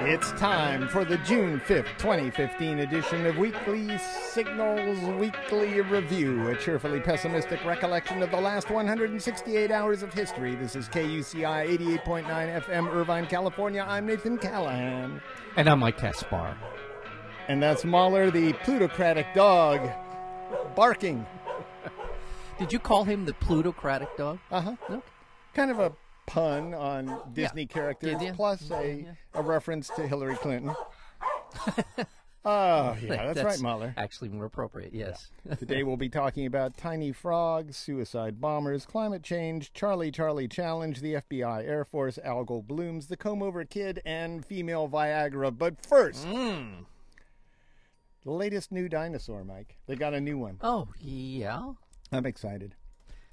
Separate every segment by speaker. Speaker 1: It's time for the June 5th, 2015 edition of Weekly Signals Weekly Review, a cheerfully pessimistic recollection of the last 168 hours of history. This is KUCI 88.9 FM, Irvine, California. I'm Nathan Callahan.
Speaker 2: And I'm like Caspar.
Speaker 1: And that's Mahler, the plutocratic dog, barking.
Speaker 2: Did you call him the plutocratic dog?
Speaker 1: Uh huh.
Speaker 2: No.
Speaker 1: Kind of a pun on Disney
Speaker 2: Yeah.
Speaker 1: characters,
Speaker 2: Yeah, yeah.
Speaker 1: plus a, a reference to Hillary Clinton. oh, yeah, that's, right, Mahler.
Speaker 2: Actually, more appropriate. Yes.
Speaker 1: Today we'll be talking about tiny frogs, suicide bombers, climate change, Charlie Charlie Challenge, the FBI, Air Force, algal blooms, the comb over kid, and female Viagra. But first, the latest new dinosaur, Mike. They got a new one.
Speaker 2: oh yeah.
Speaker 1: I'm excited.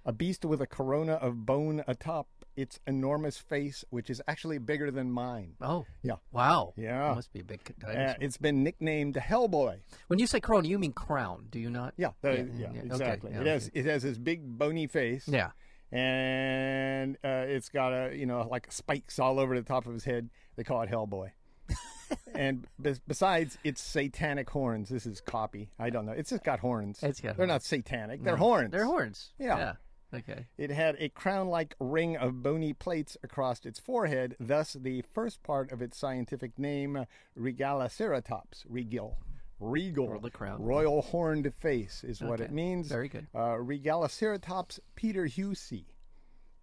Speaker 1: A beast with a corona of bone atop its enormous face, which is actually bigger than mine.
Speaker 2: Oh.
Speaker 1: Yeah.
Speaker 2: Wow.
Speaker 1: Yeah.
Speaker 2: That must be a big dinosaur.
Speaker 1: Uh, it's been nicknamed Hellboy.
Speaker 2: when you say crown, you mean crown, do you not?
Speaker 1: Yeah, that-
Speaker 2: Yeah,
Speaker 1: yeah,
Speaker 2: yeah, okay,
Speaker 1: exactly.
Speaker 2: yeah,
Speaker 1: it has it has this big bony face.
Speaker 2: Yeah.
Speaker 1: and uh, it's got a you know like spikes all over the top of his head. They call it Hellboy. and bes besides, it's satanic horns. This is copy. I don't know. It's just got horns.
Speaker 2: It's got
Speaker 1: They're not satanic. They're horns.
Speaker 2: They're horns.
Speaker 1: Yeah.
Speaker 2: Yeah. Okay.
Speaker 1: It had a crown-like ring of bony plates across its forehead. Thus, the first part of its scientific name, Regaliceratops, regal. Regal,
Speaker 2: the crown.
Speaker 1: royal horned face is what it
Speaker 2: Okay.
Speaker 1: means.
Speaker 2: Very good.
Speaker 1: Uh, Regaliceratops Peter Hughesy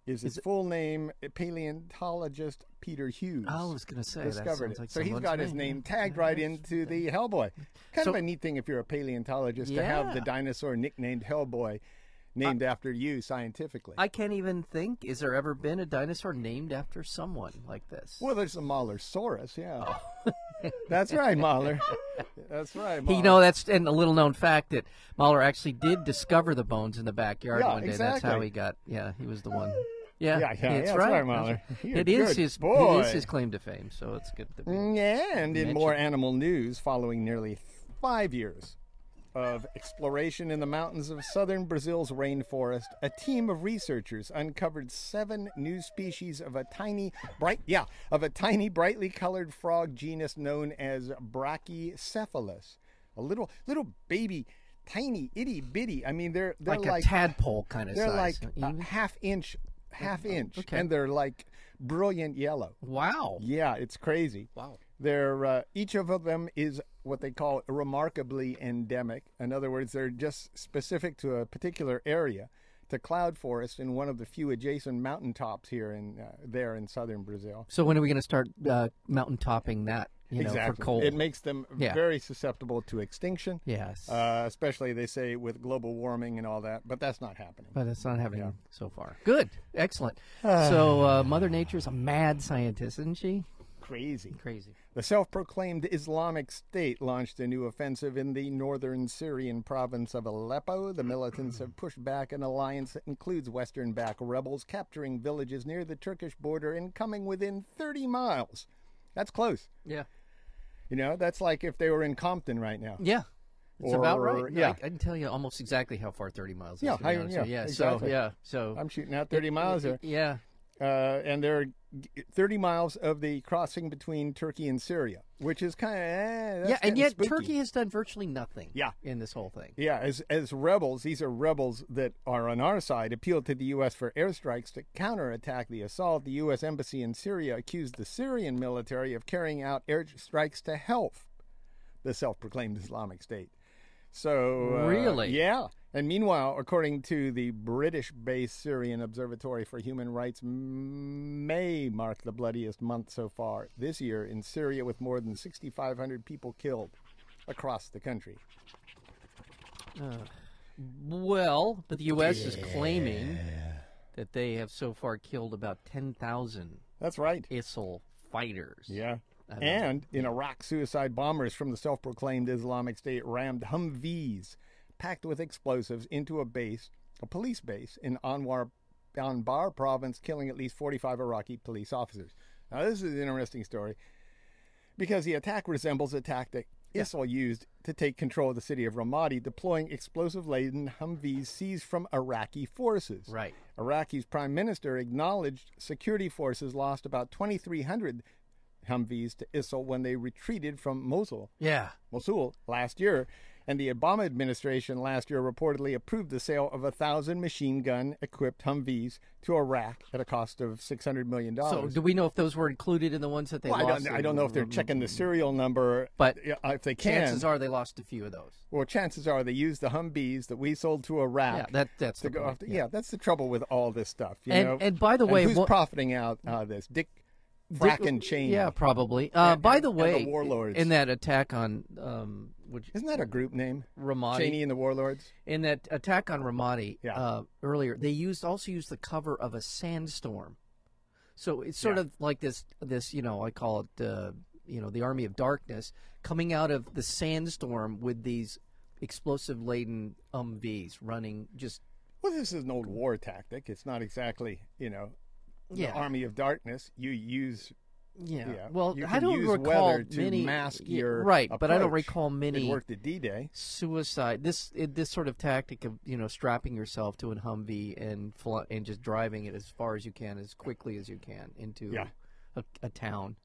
Speaker 1: is its full name. Paleontologist Peter Hughes
Speaker 2: I was gonna Oh, say that
Speaker 1: discovered
Speaker 2: sounds
Speaker 1: it.
Speaker 2: like
Speaker 1: so he's
Speaker 2: someone's
Speaker 1: got his
Speaker 2: name,
Speaker 1: name tagged right into the Hellboy. Kind of
Speaker 2: So-
Speaker 1: a neat thing if you're a paleontologist to have the
Speaker 2: Yeah.
Speaker 1: dinosaur nicknamed Hellboy, named after you scientifically.
Speaker 2: I can't even think. Is there ever been a dinosaur named after someone like this?
Speaker 1: Well, there's the Mahlersaurus, yeah.
Speaker 2: Oh.
Speaker 1: That's right, Mahler. That's right. Mahler.
Speaker 2: You know, that's and a little known fact that Mahler actually did discover the bones in the backyard
Speaker 1: Yeah,
Speaker 2: one day. That's how
Speaker 1: exactly. Mm.
Speaker 2: he got. Yeah, he was the one.
Speaker 1: Yeah,
Speaker 2: Yeah,
Speaker 1: yeah, yeah,
Speaker 2: it's
Speaker 1: that's
Speaker 2: right.
Speaker 1: right, Mahler. You're
Speaker 2: It
Speaker 1: a
Speaker 2: is
Speaker 1: good
Speaker 2: his.
Speaker 1: boy. Mm,
Speaker 2: It is his claim to fame. So it's good to be.
Speaker 1: And in more animal news, following nearly five years of exploration in the mountains of southern Brazil's rainforest, a team of researchers uncovered seven new species of a tiny, bright, yeah, of a tiny, brightly colored frog genus known as Brachycephalus. A little, little baby, tiny, itty bitty. I mean, they're they're
Speaker 2: like,
Speaker 1: like,
Speaker 2: a tadpole kind of
Speaker 1: they're
Speaker 2: size.
Speaker 1: like
Speaker 2: Even-
Speaker 1: a half inch, half inch,
Speaker 2: okay.
Speaker 1: and they're like brilliant yellow.
Speaker 2: wow.
Speaker 1: Yeah, it's crazy.
Speaker 2: Wow.
Speaker 1: They're uh, each of them is what they call remarkably endemic. In other words, they're just specific to a particular area, to cloud forest and one of the few adjacent mountaintops here in uh, there in southern Brazil.
Speaker 2: So when are we going to start uh, mountain topping that? You know, for coal.
Speaker 1: It makes them
Speaker 2: Yeah.
Speaker 1: very susceptible to extinction.
Speaker 2: yes,
Speaker 1: Uh, especially they say with global warming and all that, but that's not happening.
Speaker 2: but it's not happening so far. Good, excellent. so uh, Mother Nature's a mad scientist, isn't she?
Speaker 1: Crazy.
Speaker 2: Crazy.
Speaker 1: The self proclaimed Islamic State launched a new offensive in the northern Syrian province of Aleppo. The militants have pushed back an alliance that includes Western backed rebels, capturing villages near the Turkish border and coming within 30 miles. That's close.
Speaker 2: Yeah.
Speaker 1: You know, that's like if they were in Compton right now.
Speaker 2: Yeah. It's about
Speaker 1: Or-
Speaker 2: right.
Speaker 1: yeah.
Speaker 2: I, I can tell you almost exactly how far 30 miles is.
Speaker 1: Yeah,
Speaker 2: to be
Speaker 1: I-
Speaker 2: honest
Speaker 1: yeah,
Speaker 2: with you. yeah.
Speaker 1: exactly.
Speaker 2: So, yeah. So,
Speaker 1: I'm shooting out 30 miles there.
Speaker 2: yeah.
Speaker 1: Uh, and they're g- 30 miles of the crossing between Turkey and Syria, which is kind of. Eh,
Speaker 2: Yeah.
Speaker 1: that's
Speaker 2: And
Speaker 1: getting
Speaker 2: yet,
Speaker 1: spooky.
Speaker 2: Turkey has done virtually nothing
Speaker 1: Yeah.
Speaker 2: in this whole thing.
Speaker 1: Yeah, as as rebels, these are rebels that are on our side. Appealed to the U.S. for airstrikes to counterattack the assault. The U.S. embassy in Syria accused the Syrian military of carrying out airstrikes to help the self-proclaimed Islamic State. So uh,
Speaker 2: Really?
Speaker 1: yeah. And meanwhile, according to the British-based Syrian Observatory for Human Rights, m- May marked the bloodiest month so far this year in Syria, with more than 6,500 people killed across the country.
Speaker 2: Well, but the U.S. is claiming that they have so far killed about 10,000
Speaker 1: That's right.
Speaker 2: ISIL fighters.
Speaker 1: Yeah.
Speaker 2: don't know.
Speaker 1: And in Iraq, suicide bombers from the self proclaimed Islamic State rammed Humvees packed with explosives into a base, a police base in Anwar, Anbar province, killing at least 45 Iraqi police officers. Now, this is an interesting story because the attack resembles a tactic ISIL used to take control of the city of Ramadi, deploying explosive laden Humvees seized from Iraqi forces.
Speaker 2: Right.
Speaker 1: Iraqi's prime minister acknowledged security forces lost about 2,300 Humvees to Isil when they retreated from Mosul.
Speaker 2: Yeah.
Speaker 1: Mosul last year, and the Obama administration last year reportedly approved the sale of a thousand machine gun equipped Humvees to Iraq at a cost of six hundred million
Speaker 2: So
Speaker 1: dollars.
Speaker 2: do we know if those were included in the ones that they
Speaker 1: I
Speaker 2: lost?
Speaker 1: don't, I don't know if they're checking the serial number,
Speaker 2: But
Speaker 1: yeah, if they can,
Speaker 2: Chances are they lost a few of those.
Speaker 1: well, chances are they used the Humvees that we sold to Iraq.
Speaker 2: Yeah, that that's
Speaker 1: to
Speaker 2: the
Speaker 1: go
Speaker 2: point.
Speaker 1: after. Yeah. that's the trouble with all this stuff. You
Speaker 2: And-
Speaker 1: know?
Speaker 2: and by the way,
Speaker 1: who's
Speaker 2: what-
Speaker 1: profiting out uh, this? Dick Bracken Cheney.
Speaker 2: Yeah, probably. Uh,
Speaker 1: And-
Speaker 2: by
Speaker 1: and-
Speaker 2: the
Speaker 1: and the
Speaker 2: way,
Speaker 1: warlords.
Speaker 2: in that attack on um, which
Speaker 1: Isn't that a group name?
Speaker 2: Ramadi,
Speaker 1: Cheney and the Warlords?
Speaker 2: in that attack on Ramadi
Speaker 1: Yeah.
Speaker 2: uh, earlier, they used also used the cover of a sandstorm. So it's sort
Speaker 1: Yeah.
Speaker 2: of like this this you know I call it uh, you know the army of darkness coming out of the sandstorm with these explosive laden Humvees running just
Speaker 1: Well, this is an old war tactic. It's not exactly, you know, the
Speaker 2: yeah
Speaker 1: army of darkness. You use
Speaker 2: Yeah.
Speaker 1: Yeah.
Speaker 2: Well,
Speaker 1: You
Speaker 2: I
Speaker 1: can
Speaker 2: don't
Speaker 1: use
Speaker 2: recall
Speaker 1: weather to
Speaker 2: many
Speaker 1: mask
Speaker 2: yeah,
Speaker 1: your
Speaker 2: right, but I don't
Speaker 1: approach.
Speaker 2: recall
Speaker 1: it
Speaker 2: many
Speaker 1: worked at D-Day.
Speaker 2: suicide. This it, this sort of tactic of you know strapping yourself to an Humvee and fl- and just driving it as far as you can, as quickly as you can into
Speaker 1: Yeah.
Speaker 2: a, a town.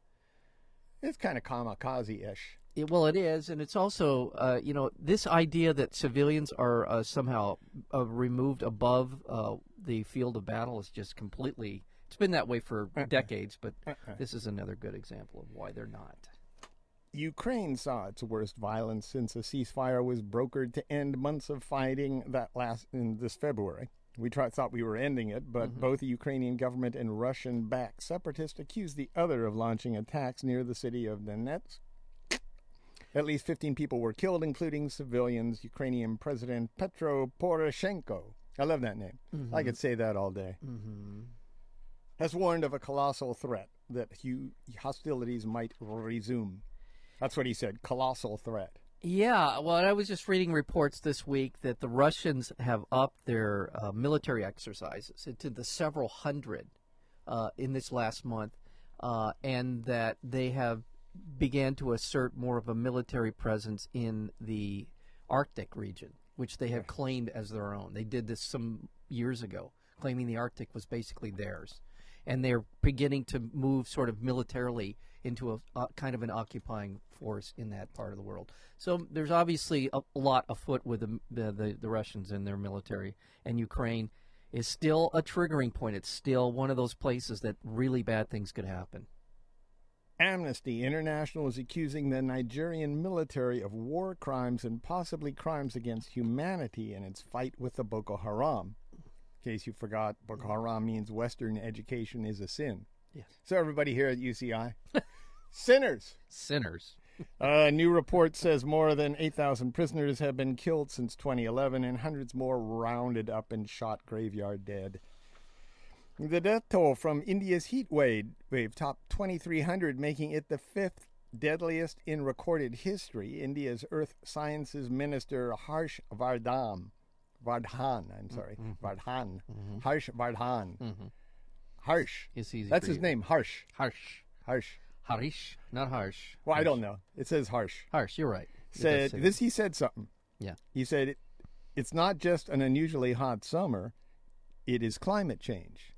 Speaker 1: It's kind of kamikaze-ish.
Speaker 2: It, well, it is, and it's also uh, you know this idea that civilians are uh, somehow uh, removed above uh, the field of battle is just completely. It's been that way for decades, but this is another good example of why they're not.
Speaker 1: Ukraine saw its worst violence since a ceasefire was brokered to end months of fighting that last in this February. We tried, thought we were ending it, but both the Ukrainian government and Russian-backed separatists accused the other of launching attacks near the city of Donetsk. At least 15 people were killed, including civilians. Ukrainian President Petro Poroshenko. I love that name. I could say that all day. Has warned of a colossal threat that hu- hostilities might resume. That's what he said. Colossal threat.
Speaker 2: Yeah, well, I was just reading reports this week that the Russians have upped their uh, military exercises to the several hundred uh, in this last month, uh, and that they have began to assert more of a military presence in the Arctic region, which they have claimed as their own. They did this some years ago, claiming the Arctic was basically theirs, and they're beginning to move sort of militarily into a uh, kind of an occupying force in that part of the world. So there's obviously a lot afoot with the the, the, the Russians and their military, and Ukraine is still a triggering point. It's still one of those places that really bad things could happen.
Speaker 1: Amnesty International is accusing the Nigerian military of war crimes and possibly crimes against humanity in its fight with the Boko Haram. In case you forgot, Boko Haram means Western education is a sin.
Speaker 2: Yes.
Speaker 1: So, everybody here at UCI, sinners.
Speaker 2: Sinners.
Speaker 1: A new report says more than 8,000 prisoners have been killed since 2011 and hundreds more rounded up and shot graveyard dead. The death toll from India's heat wave, wave topped 2,300, making it the fifth deadliest in recorded history. India's Earth Sciences Minister Harsh Vardhan, Vardhan, I'm sorry, Vardhan, Harsh Vardhan, Harsh.
Speaker 2: It's easy.
Speaker 1: That's
Speaker 2: for
Speaker 1: his
Speaker 2: you.
Speaker 1: name, Harsh,
Speaker 2: Harsh.
Speaker 1: Harsh.
Speaker 2: Harish, not harsh.
Speaker 1: Well, I don't know. It says Harsh.
Speaker 2: Harsh, you're right. It does
Speaker 1: Said
Speaker 2: say
Speaker 1: this. He said something.
Speaker 2: that. Yeah.
Speaker 1: He said, "It- It's not just an unusually hot summer, it is climate change.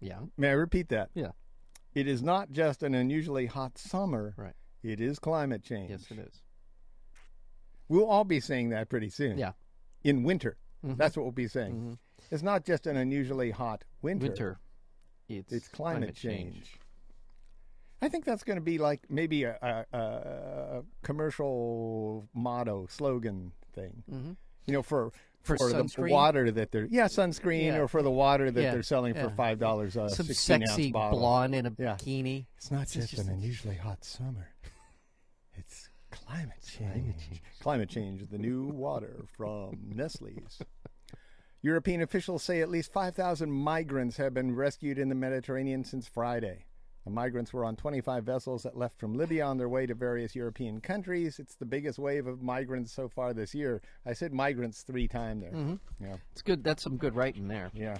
Speaker 2: Yeah.
Speaker 1: May I repeat that?
Speaker 2: Yeah.
Speaker 1: It is not just an unusually hot summer,
Speaker 2: Right.
Speaker 1: it is climate change.
Speaker 2: Yes, it is.
Speaker 1: We'll all be saying that pretty soon.
Speaker 2: Yeah. Mm-hmm.
Speaker 1: In winter. That's what we'll be saying. It's not just an unusually hot winter,
Speaker 2: Winter. It's,
Speaker 1: it's climate, change. I think that's going to be like maybe a, a, a commercial motto, slogan thing. You know, for
Speaker 2: Mm-hmm. For
Speaker 1: the
Speaker 2: sunscreen?
Speaker 1: water that they're yeah sunscreen
Speaker 2: Yeah.
Speaker 1: or for the water that
Speaker 2: Yeah,
Speaker 1: they're selling for
Speaker 2: yeah.
Speaker 1: five dollars a
Speaker 2: Some
Speaker 1: 16 ounce
Speaker 2: sexy
Speaker 1: bottle.
Speaker 2: blonde in a
Speaker 1: Yeah.
Speaker 2: bikini.
Speaker 1: It's not just,
Speaker 2: just
Speaker 1: an
Speaker 2: a-
Speaker 1: unusually hot summer. It's climate change. Climate change. climate change, the new water from Nestle's. European officials say at least 5,000 migrants have been rescued in the Mediterranean since Friday. The migrants were on 25 vessels that left from Libya on their way to various European countries. It's the biggest wave of migrants so far this year. I said migrants three times there. Yeah.
Speaker 2: It's good. That's some good writing there.
Speaker 1: Yeah.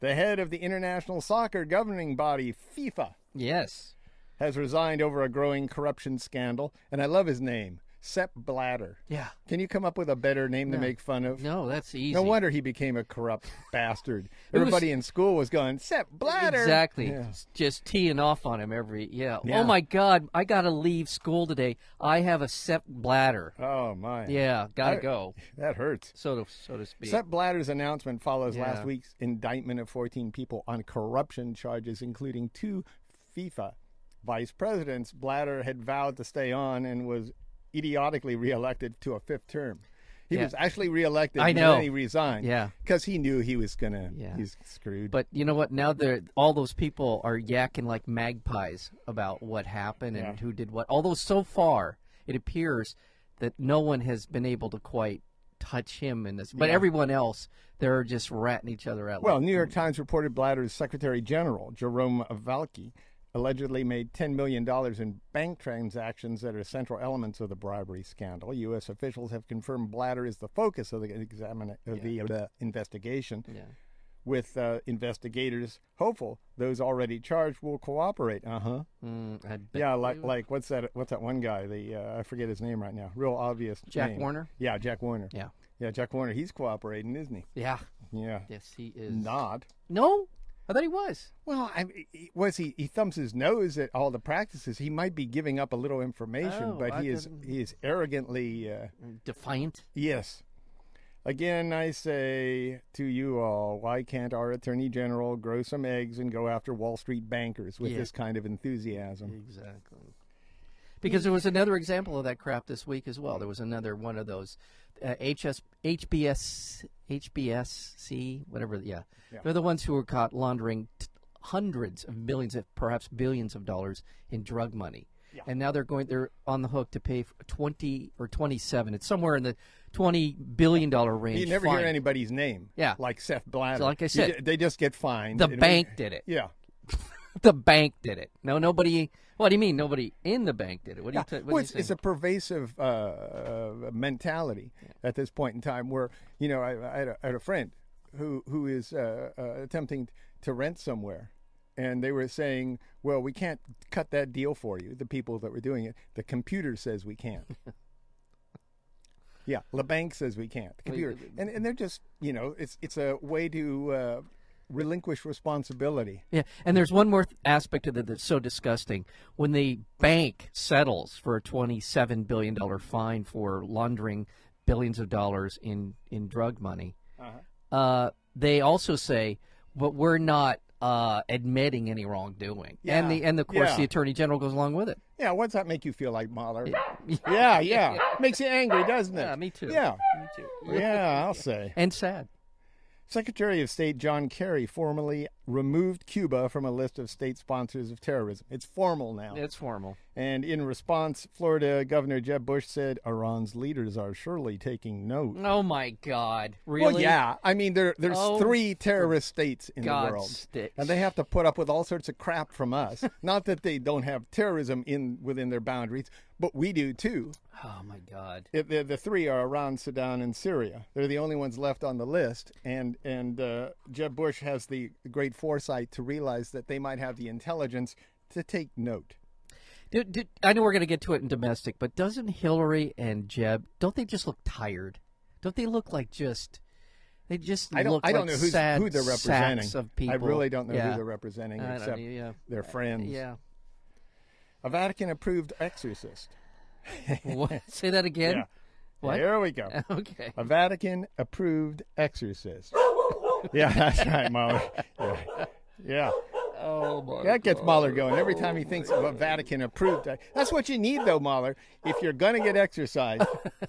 Speaker 1: The head of the international soccer governing body, FIFA,
Speaker 2: Yes.
Speaker 1: has resigned over a growing corruption scandal, and I love his name, Sepp Blatter.
Speaker 2: Yeah.
Speaker 1: Can you come up with a better name to
Speaker 2: No.
Speaker 1: make fun of?
Speaker 2: No, that's easy.
Speaker 1: No wonder he became a corrupt bastard.
Speaker 2: It was-
Speaker 1: Everybody in school was going, Sepp Blatter.
Speaker 2: Exactly.
Speaker 1: Yeah.
Speaker 2: Just teeing off on him every yeah.
Speaker 1: Yeah.
Speaker 2: Oh my God, I gotta leave school today. I have a sep bladder.
Speaker 1: Oh, my.
Speaker 2: Yeah, gotta
Speaker 1: I-
Speaker 2: go.
Speaker 1: That hurts.
Speaker 2: So to so to speak.
Speaker 1: Sepp Blatter's announcement follows last
Speaker 2: Yeah.
Speaker 1: week's indictment of 14 people on corruption charges, including two FIFA vice presidents. Blatter had vowed to stay on and was idiotically reelected to a fifth term. He
Speaker 2: Yeah.
Speaker 1: was actually reelected,
Speaker 2: I
Speaker 1: and
Speaker 2: know.
Speaker 1: then he resigned.
Speaker 2: Yeah.
Speaker 1: because he knew he was gonna.
Speaker 2: Yeah.
Speaker 1: he's screwed.
Speaker 2: but you know what? Now they're all those people are yakking like magpies about what happened and who did what. Although so far it appears that no one has been able to quite touch him in this. But everyone else, they're just ratting each other out.
Speaker 1: Well,
Speaker 2: like,
Speaker 1: New York Times reported Blatter's Secretary General, Jerome Valky, allegedly made $10 million in bank transactions that are central elements of the bribery scandal. U.S. officials have confirmed Blatter is the focus of the, examina- of the, uh, investigation,
Speaker 2: yeah.
Speaker 1: with uh, investigators hopeful those already charged will cooperate. Uh huh.
Speaker 2: Mm, I bet-
Speaker 1: Yeah, like like what's that? What's that one guy? The uh, I forget his name right now. Real obvious.
Speaker 2: Jack
Speaker 1: name.
Speaker 2: Warner?
Speaker 1: Yeah, Jack Warner.
Speaker 2: Yeah.
Speaker 1: Yeah, Jack Warner. He's cooperating, isn't he?
Speaker 2: Yeah.
Speaker 1: Yeah.
Speaker 2: Yes, he is.
Speaker 1: Not.
Speaker 2: No, I thought he was.
Speaker 1: Well, I mean, he- was he? He thumbs his nose at all the practices. He might be giving up a little information,
Speaker 2: Oh,
Speaker 1: but
Speaker 2: I
Speaker 1: he is
Speaker 2: didn't-
Speaker 1: he is arrogantly uh,
Speaker 2: Defiant.
Speaker 1: yes. Again, I say to you all, why can't our attorney general grow some eggs and go after Wall Street bankers with
Speaker 2: Yeah.
Speaker 1: this kind of enthusiasm?
Speaker 2: Exactly. Because there was another example of that crap this week as well. There was another one of those uh, HS, HBS, HBSC, whatever. Yeah. They're the ones who were caught laundering t- hundreds of millions, of, perhaps billions of dollars in drug money. And now they're going. They're on the hook to pay for twenty or twenty-seven. It's somewhere in the twenty billion dollar range.
Speaker 1: You never
Speaker 2: fine.
Speaker 1: hear anybody's name,
Speaker 2: Yeah.
Speaker 1: like Seth Blatter.
Speaker 2: So like I
Speaker 1: You
Speaker 2: said,
Speaker 1: ju- they just get fined.
Speaker 2: The
Speaker 1: and we-
Speaker 2: bank did it.
Speaker 1: yeah.
Speaker 2: The bank did it. No, nobody. What do you mean? Nobody in the bank did it. What do you? ta- what
Speaker 1: well,
Speaker 2: do you
Speaker 1: it's,
Speaker 2: say?
Speaker 1: it's a pervasive uh, uh, mentality at this point in time where, you know, I, I, had, a, I had a friend who, who is uh, uh, attempting to rent somewhere. And they were saying, well, we can't cut that deal for you, the people that were doing it. The computer says we can't. yeah, the bank says we can't. The computer. And, and they're just, you know, it's, it's a way to uh, relinquish responsibility.
Speaker 2: Yeah, and there's one more th- aspect of it that's so disgusting. When the bank settles for a $27 billion fine for laundering billions of dollars in, in drug money,
Speaker 1: Uh-huh.
Speaker 2: uh, they also say, but we're not uh, admitting any wrongdoing.
Speaker 1: Yeah.
Speaker 2: And, the, and of course,
Speaker 1: Yeah.
Speaker 2: the attorney general goes along with it.
Speaker 1: Yeah, what's that make you feel like, Mahler? Yeah, yeah. Makes you angry, doesn't it?
Speaker 2: Yeah, me too.
Speaker 1: Yeah.
Speaker 2: Me too.
Speaker 1: Yeah, I'll say.
Speaker 2: And sad.
Speaker 1: Secretary of State John Kerry formally removed Cuba from a list of state sponsors of terrorism. It's formal now.
Speaker 2: It's formal.
Speaker 1: And in response, Florida Governor Jeb Bush said Iran's leaders are surely taking note.
Speaker 2: Oh, my God. Really?
Speaker 1: Well, yeah. I mean, there there's
Speaker 2: Oh,
Speaker 1: three terrorist states in the
Speaker 2: God's
Speaker 1: world,
Speaker 2: sticks.
Speaker 1: and they have to put up with all sorts of crap from us. Not that they don't have terrorism in within their boundaries, but we do too.
Speaker 2: Oh, my God.
Speaker 1: It, the, the three are Iran, Sudan, and Syria. They're the only ones left on the list. And and uh, Jeb Bush has the great foresight to realize that they might have the intelligence to take note.
Speaker 2: Dude, dude, I know we're going to get to it in domestic, but doesn't Hillary and Jeb don't they just look tired? Don't they look like just they just
Speaker 1: I don't
Speaker 2: look
Speaker 1: I don't
Speaker 2: like
Speaker 1: know who's,
Speaker 2: sad
Speaker 1: who they're representing.
Speaker 2: sacks of people?
Speaker 1: I really don't know
Speaker 2: Yeah.
Speaker 1: who they're representing
Speaker 2: I don't
Speaker 1: except
Speaker 2: know, yeah.
Speaker 1: their friends.
Speaker 2: Yeah.
Speaker 1: A Vatican approved exorcist.
Speaker 2: What? Say that again.
Speaker 1: Yeah.
Speaker 2: What?
Speaker 1: There we go.
Speaker 2: Okay.
Speaker 1: A Vatican approved exorcist. yeah, that's right, Mahler. Yeah. yeah.
Speaker 2: Oh my.
Speaker 1: That gets Mahler going every time he thinks of a Vatican approved. uh, That's what you need, though, Mahler. If you're going to get exercise,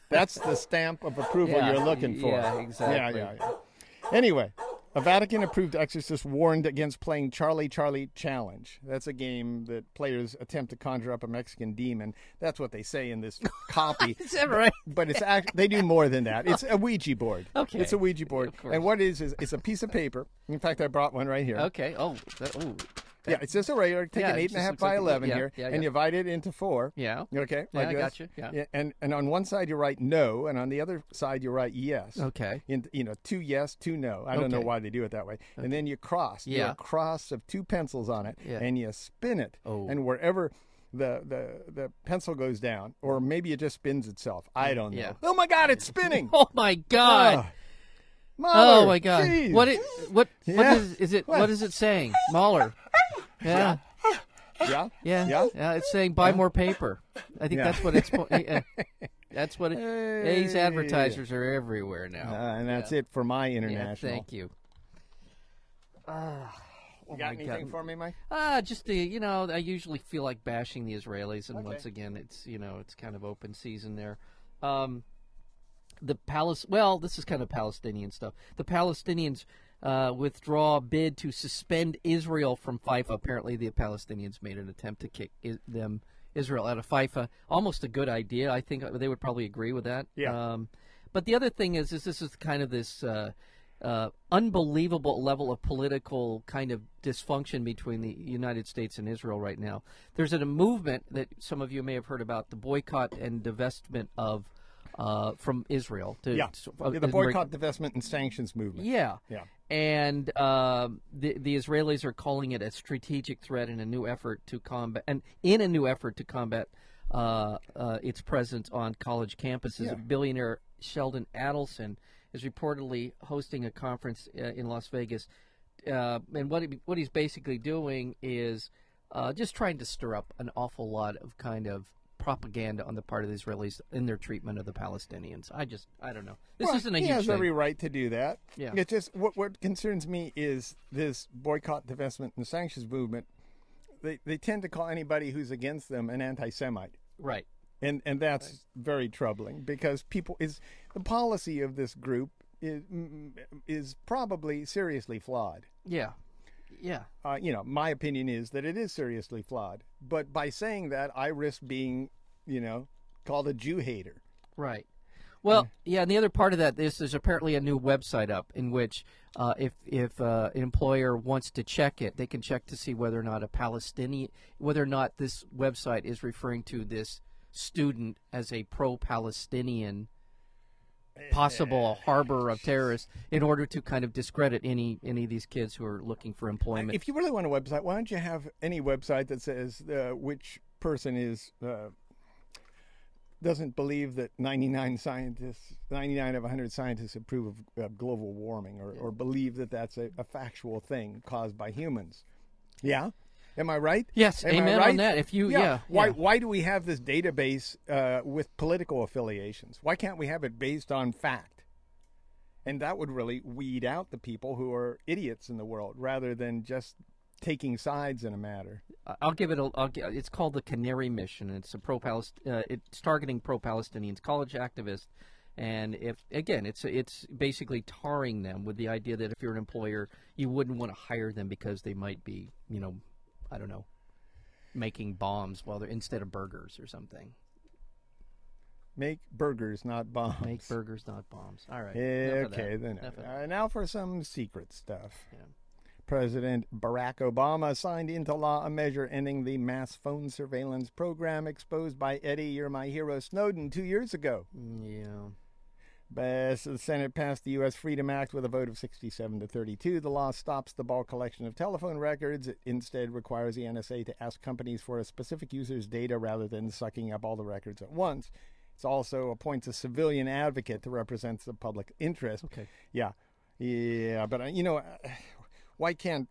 Speaker 1: that's the stamp of approval
Speaker 2: Yeah,
Speaker 1: you're looking for.
Speaker 2: yeah, exactly.
Speaker 1: Yeah, yeah, yeah. Anyway, a Vatican approved exorcist warned against playing Charlie Charlie Challenge. That's a game that players attempt to conjure up a Mexican demon. That's what they say in this copy.
Speaker 2: Is that right?
Speaker 1: But it's act- they do more than that. It's a Ouija board.
Speaker 2: Okay.
Speaker 1: It's a Ouija board. And what it is is it's a piece of paper. In fact, I brought one right here.
Speaker 2: Okay. Oh. That, ooh.
Speaker 1: Yeah, it's just a regular. Take
Speaker 2: Yeah,
Speaker 1: an
Speaker 2: it
Speaker 1: eight and a
Speaker 2: just
Speaker 1: half
Speaker 2: looks
Speaker 1: by
Speaker 2: like a-
Speaker 1: eleven
Speaker 2: yeah,
Speaker 1: here,
Speaker 2: yeah,
Speaker 1: and
Speaker 2: yeah.
Speaker 1: you divide it into four.
Speaker 2: Yeah.
Speaker 1: Okay.
Speaker 2: Yeah,
Speaker 1: like
Speaker 2: I
Speaker 1: this.
Speaker 2: gotcha, yeah.
Speaker 1: And and on one side you write no, and on the other side you write yes.
Speaker 2: Okay.
Speaker 1: In you know two yes, two no. I don't know
Speaker 2: Okay.
Speaker 1: why they do it that way. And then you cross. You do a
Speaker 2: Yeah.
Speaker 1: cross of two pencils on it,
Speaker 2: Yeah.
Speaker 1: and you spin it.
Speaker 2: Oh.
Speaker 1: And wherever the the the pencil goes down, or maybe it just spins itself. I don't know.
Speaker 2: Mm, Yeah.
Speaker 1: Oh my God, it's spinning!
Speaker 2: Oh my God.
Speaker 1: Ah. Mahler,
Speaker 2: Oh my God!
Speaker 1: jeez.
Speaker 2: What it what what
Speaker 1: Yeah.
Speaker 2: is, is it? What is it saying, Mahler? Yeah,
Speaker 1: yeah,
Speaker 2: yeah,
Speaker 1: yeah.
Speaker 2: It's saying buy more paper. I think
Speaker 1: Yeah.
Speaker 2: that's what it's. po- yeah. That's what it, these
Speaker 1: Hey.
Speaker 2: advertisers are everywhere now.
Speaker 1: Uh, and that's it for my
Speaker 2: yeah,
Speaker 1: international.
Speaker 2: thank you.
Speaker 1: You got
Speaker 2: my
Speaker 1: anything
Speaker 2: God.
Speaker 1: for me, Mike?
Speaker 2: Ah, just the you know, I usually feel like bashing the Israelis, and once again, it's you know, it's kind of open season there. Um, the Palis, well, this is kind of Palestinian stuff. The Palestinians uh, withdraw bid to suspend Israel from FIFA. Apparently, the Palestinians made an attempt to kick I- them Israel out of FIFA. Almost a good idea, I think uh, they would probably agree with that.
Speaker 1: Yeah.
Speaker 2: Um, but the other thing is, is this is kind of this uh, uh, unbelievable level of political kind of dysfunction between the United States and Israel right now. There's a movement that some of you may have heard about, the boycott and divestment of uh, from Israel. To, uh,
Speaker 1: Yeah,
Speaker 2: of
Speaker 1: Yeah, the
Speaker 2: Ameri-
Speaker 1: boycott, divestment, and sanctions movement.
Speaker 2: Yeah.
Speaker 1: Yeah.
Speaker 2: And um the the Israelis are calling it a strategic threat in a new effort to combat and in a new effort to combat uh, uh, its presence on college campuses. Billionaire Sheldon Adelson is reportedly hosting a conference uh, in Las Vegas, uh, and what he, what he's basically doing is uh, just trying to stir up an awful lot of kind of propaganda on the part of the Israelis in their treatment of the Palestinians. I just I don't know. This
Speaker 1: Well,
Speaker 2: isn't a
Speaker 1: he
Speaker 2: huge
Speaker 1: has
Speaker 2: thing.
Speaker 1: every right to do that.
Speaker 2: Yeah.
Speaker 1: It just what what concerns me is this boycott, divestment, and sanctions movement. They they tend to call anybody who's against them an anti-Semite,
Speaker 2: right.
Speaker 1: and and that's very troubling because people is the policy of this group is mm, is probably seriously flawed.
Speaker 2: Yeah. Yeah.
Speaker 1: Uh, you know, my opinion is that it is seriously flawed. But by saying that, I risk being, you know, called a Jew hater.
Speaker 2: Right. Well, yeah, and the other part of that is there's apparently a new website up in which uh, if if uh, an employer wants to check it, they can check to see whether or not a Palestinian, whether or not this website is referring to this student as a pro-Palestinian possible harbor of terrorists in order to kind of discredit any any of these kids who are looking for employment.
Speaker 1: If you really want a website, why don't you have any website that says uh, which person is uh, doesn't believe that 99 scientists, 99 of 100 scientists approve of uh, global warming or, or believe that that's a, a factual thing caused by humans? Yeah. Am I right?
Speaker 2: Yes,
Speaker 1: Am I
Speaker 2: amen on
Speaker 1: right?
Speaker 2: that. If you- yeah,
Speaker 1: why
Speaker 2: yeah.
Speaker 1: why do we have this database uh, with political affiliations? Why can't we have it based on fact? And that would really weed out the people who are idiots in the world rather than just taking sides in a matter.
Speaker 2: I- I'll give it a. I'll gi- it's called the Canary Mission. It's a pro Palest. Uh, it's targeting pro Palestinians, college activists, and if again, it's it's basically tarring them with the idea that if you're an employer, you wouldn't want to hire them because they might be, you know, I don't know, making bombs while they're instead of burgers or something.
Speaker 1: Make burgers, not bombs.
Speaker 2: Make burgers, not bombs. All right.
Speaker 1: Yeah,
Speaker 2: enough of that.
Speaker 1: Eh, okay, then.
Speaker 2: Enough of that.
Speaker 1: Uh, now for some secret stuff.
Speaker 2: Yeah.
Speaker 1: President Barack Obama signed into law a measure ending the mass phone surveillance program exposed by Eddie, You're My Hero Snowden two years ago.
Speaker 2: Yeah.
Speaker 1: But the Senate passed the U.S. Freedom Act with a vote of 67 to 32. The law stops the bulk collection of telephone records. It instead requires the NSA to ask companies for a specific user's data rather than sucking up all the records at once. It also appoints a civilian advocate to represent the public interest.
Speaker 2: Okay.
Speaker 1: Yeah. Yeah. But, uh, you know, uh, why can't.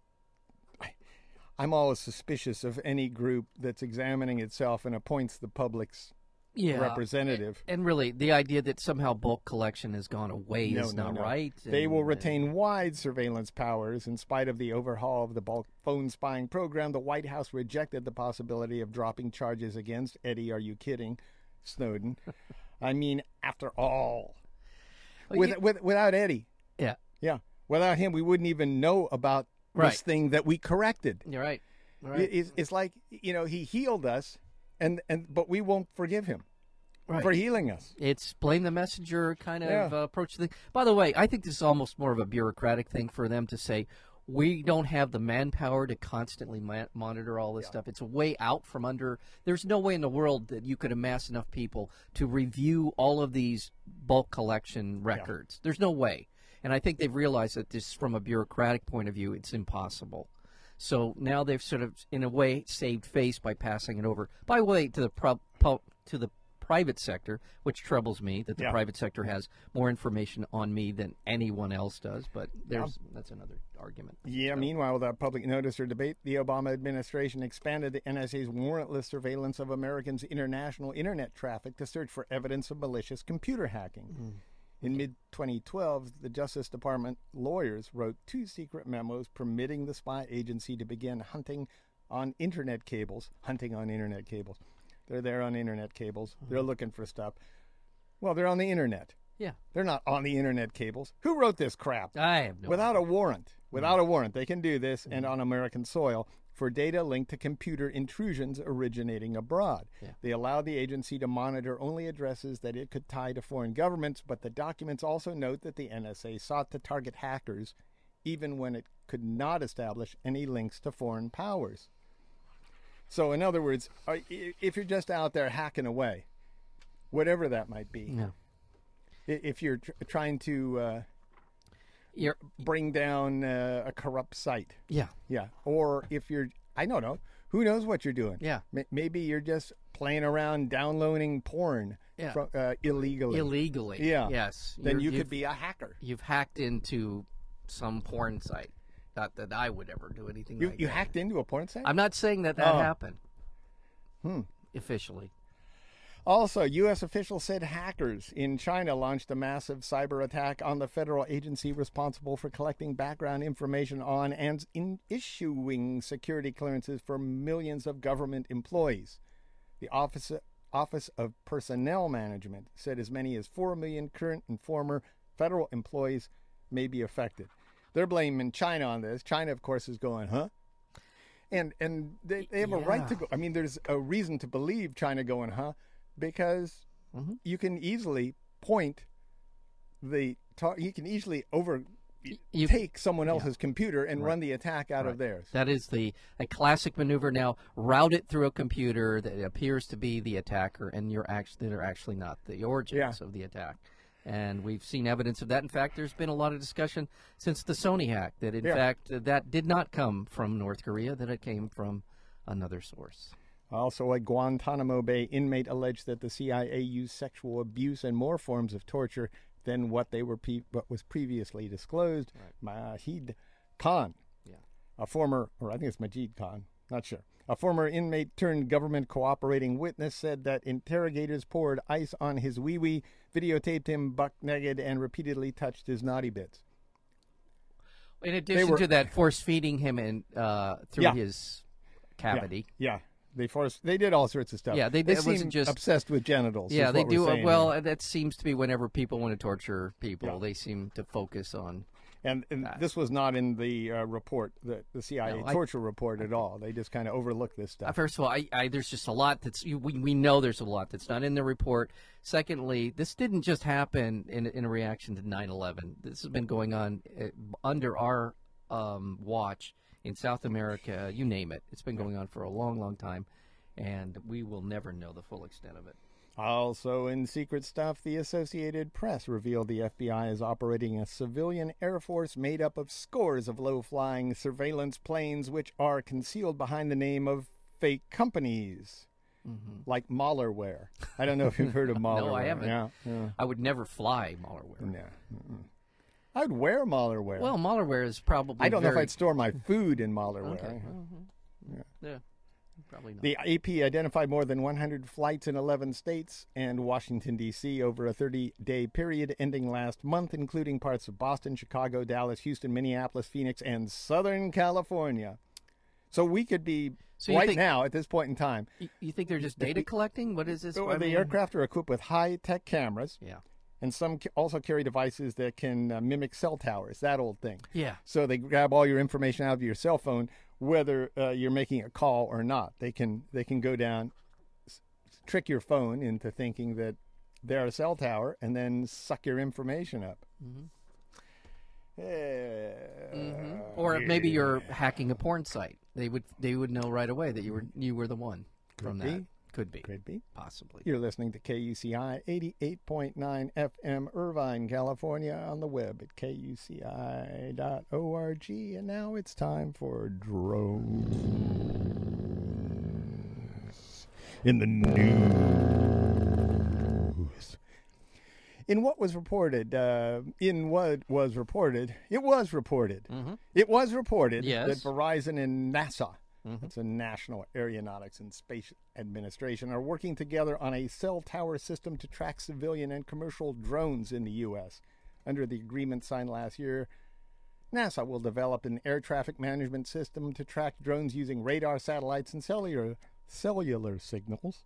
Speaker 1: I'm always suspicious of any group that's examining itself and appoints the public's
Speaker 2: Yeah.
Speaker 1: representative.
Speaker 2: and really, the idea that somehow bulk collection has gone away
Speaker 1: No,
Speaker 2: is
Speaker 1: no,
Speaker 2: not
Speaker 1: no.
Speaker 2: right.
Speaker 1: They will
Speaker 2: and- uh,
Speaker 1: retain wide surveillance powers. In spite of the overhaul of the bulk phone spying program, the White House rejected the possibility of dropping charges against Eddie. Are you kidding? Snowden. I mean, after all,
Speaker 2: Well,
Speaker 1: with,
Speaker 2: Oh, you-
Speaker 1: with, without Eddie,
Speaker 2: yeah.
Speaker 1: yeah, without him, we wouldn't even know about
Speaker 2: Right.
Speaker 1: this thing that we corrected.
Speaker 2: You're right. All
Speaker 1: It- It's, it's like you know he healed us, and and but we won't forgive him
Speaker 2: Right.
Speaker 1: for healing us.
Speaker 2: It's blame the messenger kind of
Speaker 1: Yeah.
Speaker 2: uh, approach. To the, by the way, I think this is almost more of a bureaucratic thing for them to say, we don't have the manpower to constantly ma- monitor all this stuff. It's a way out from under. There's no way in the world that you could amass enough people to review all of these bulk collection records. There's no way. And I think they've realized that this, from a bureaucratic point of view, it's impossible. So now they've sort of, in a way, saved face by passing it over. By the way, to the pro- pu- to the private sector, which troubles me that the
Speaker 1: Yeah.
Speaker 2: private sector has more information on me than anyone else does. But there's that's another argument.
Speaker 1: Yeah, meanwhile, without public notice or debate, the Obama administration expanded the NSA's warrantless surveillance of Americans' international internet traffic to search for evidence of malicious computer hacking. In mid 2012, the Justice Department lawyers wrote two secret memos permitting the spy agency to begin hunting on internet cables. Hunting on internet cables. They're there on internet cables. They're looking for stuff. Well, they're on the internet.
Speaker 2: Yeah,
Speaker 1: They're not on the internet cables. Who wrote this crap?
Speaker 2: I have no. Mm-hmm.
Speaker 1: without a warrant. Without a warrant, they can do this, and on American soil for data linked to computer intrusions originating abroad. They allow the agency to monitor only addresses that it could tie to foreign governments, but the documents also note that the NSA sought to target hackers even when it could not establish any links to foreign powers. So, in other words, i- i- if you're just out there hacking away, whatever that might be,
Speaker 2: Yeah.
Speaker 1: i- if you're tr- trying to uh,
Speaker 2: You're-
Speaker 1: bring down uh, a corrupt site.
Speaker 2: yeah,
Speaker 1: Yeah. Or if you're, I don't know, who knows what you're doing?
Speaker 2: Yeah.
Speaker 1: M- maybe you're just playing around downloading porn
Speaker 2: Yeah.
Speaker 1: fro- uh, illegally.
Speaker 2: illegally.
Speaker 1: Yeah.
Speaker 2: Yes.
Speaker 1: then
Speaker 2: You're-
Speaker 1: you
Speaker 2: you've-
Speaker 1: could be a hacker.
Speaker 2: You've hacked into some porn site. Not that I would ever do anything.
Speaker 1: You,
Speaker 2: like
Speaker 1: you
Speaker 2: that.
Speaker 1: hacked into a porn site?
Speaker 2: I'm not saying that that
Speaker 1: Oh. Hmm.
Speaker 2: happened. Officially.
Speaker 1: Also, U.S. officials said hackers in China launched a massive cyber attack on the federal agency responsible for collecting background information on and in issuing security clearances for millions of government employees. The Office, Office of Personnel Management said as many as 4 million current and former federal employees may be affected. They're blaming China on this. China, of course, is going, huh? And and they, they have a right to go. I mean, there's a reason to believe China going, huh? Because you can easily point the ta- you can easily over
Speaker 2: you-
Speaker 1: take someone else's computer and run the attack out of theirs.
Speaker 2: That is the a classic maneuver now. Route it through a computer that appears to be the attacker, and you're actually they're actually not the origins of the attack. And we've seen evidence of that. In fact, there's been a lot of discussion since the Sony hack that, in
Speaker 1: Yeah.
Speaker 2: fact, that did not come from North Korea; that it came from another source.
Speaker 1: Also, a Guantanamo Bay inmate alleged that the CIA used sexual abuse and more forms of torture than what they were pe- what was previously disclosed. Mahid Khan, a former, or I think it's Majid Khan, not sure, a former inmate turned government cooperating witness said that interrogators poured ice on his wee wee, videotaped him buck naked, and repeatedly touched his naughty bits.
Speaker 2: In addition
Speaker 1: were-
Speaker 2: to that, force feeding him in uh, through
Speaker 1: Yeah.
Speaker 2: his cavity.
Speaker 1: Yeah. They forced. They did all sorts of stuff.
Speaker 2: Yeah, they-
Speaker 1: they
Speaker 2: it wasn't
Speaker 1: seem
Speaker 2: just-
Speaker 1: obsessed with genitals. is
Speaker 2: Yeah, they
Speaker 1: what we're
Speaker 2: do. uh,
Speaker 1: saying here.
Speaker 2: well, that seems to be whenever people want to torture people, they seem to focus on.
Speaker 1: And, and this was not in the uh, report, the, the CIA
Speaker 2: No, I-
Speaker 1: torture report at all. They just kind of overlooked this
Speaker 2: Uh,
Speaker 1: stuff.
Speaker 2: First of all, I, I, there's just a lot that's you- we, we know there's a lot that's not in the report. Secondly, this didn't just happen in in a reaction to 9/11. This has been going on uh, under our um, watch in South America. You name it, it's been going on for a long, long time, and we will never know the full extent of it.
Speaker 1: Also, in secret stuff, the Associated Press revealed the FBI is operating a civilian air force made up of scores of low flying surveillance planes, which are concealed behind the name of fake companies. Like Mahlerware. I don't know if you've heard of Mahlerware.
Speaker 2: Mm-hmm. No, I haven't.
Speaker 1: Yeah, yeah. Mm.
Speaker 2: I would never fly malware.
Speaker 1: No. Mm-mm. I'd wear Mahlerware.
Speaker 2: Well, malware is probably.
Speaker 1: I don't know
Speaker 2: very- Mm-hmm.
Speaker 1: if I'd store my food in Mahlerware.
Speaker 2: Yeah, probably not.
Speaker 1: The AP identified more than 100 flights in 11 states and Washington, D.C. over a 30 day period ending last month, including parts of Boston, Chicago, Dallas, Houston, Minneapolis, Phoenix, and Southern California. So we could be
Speaker 2: So you
Speaker 1: right
Speaker 2: think-
Speaker 1: now at this point in time.
Speaker 2: You, you think they're just data collecting? What is this?
Speaker 1: So
Speaker 2: I
Speaker 1: the
Speaker 2: mean-
Speaker 1: aircraft Oh, are equipped with high tech cameras,
Speaker 2: Yeah.
Speaker 1: and some ca- also carry devices that can uh, mimic cell towers, that old thing.
Speaker 2: Yeah.
Speaker 1: So they grab all your information out of your cell phone, whether uh, you're making a call or not. They can they can go down, s- trick your phone into thinking that they're a cell tower, and then suck your information up. Eh,
Speaker 2: Or maybe you're hacking a porn site. They would they would know right away that you were you were the one from
Speaker 1: Could
Speaker 2: that.
Speaker 1: be.
Speaker 2: Could be.
Speaker 1: Could be.
Speaker 2: Possibly.
Speaker 1: You're listening to KUCI 88.9 FM, Irvine, California, on the web at kuci.org. And now it's time for drones in the news. In what was reported, uh, in what was reported, it was reported, it was reported
Speaker 2: Yes.
Speaker 1: that Verizon and NASA it's a National Aeronautics and Space Administration, are working together on a cell tower system to track civilian and commercial drones in the U.S. Under the agreement signed last year, NASA will develop an air traffic management system to track drones using radar satellites and cellular, cellular signals.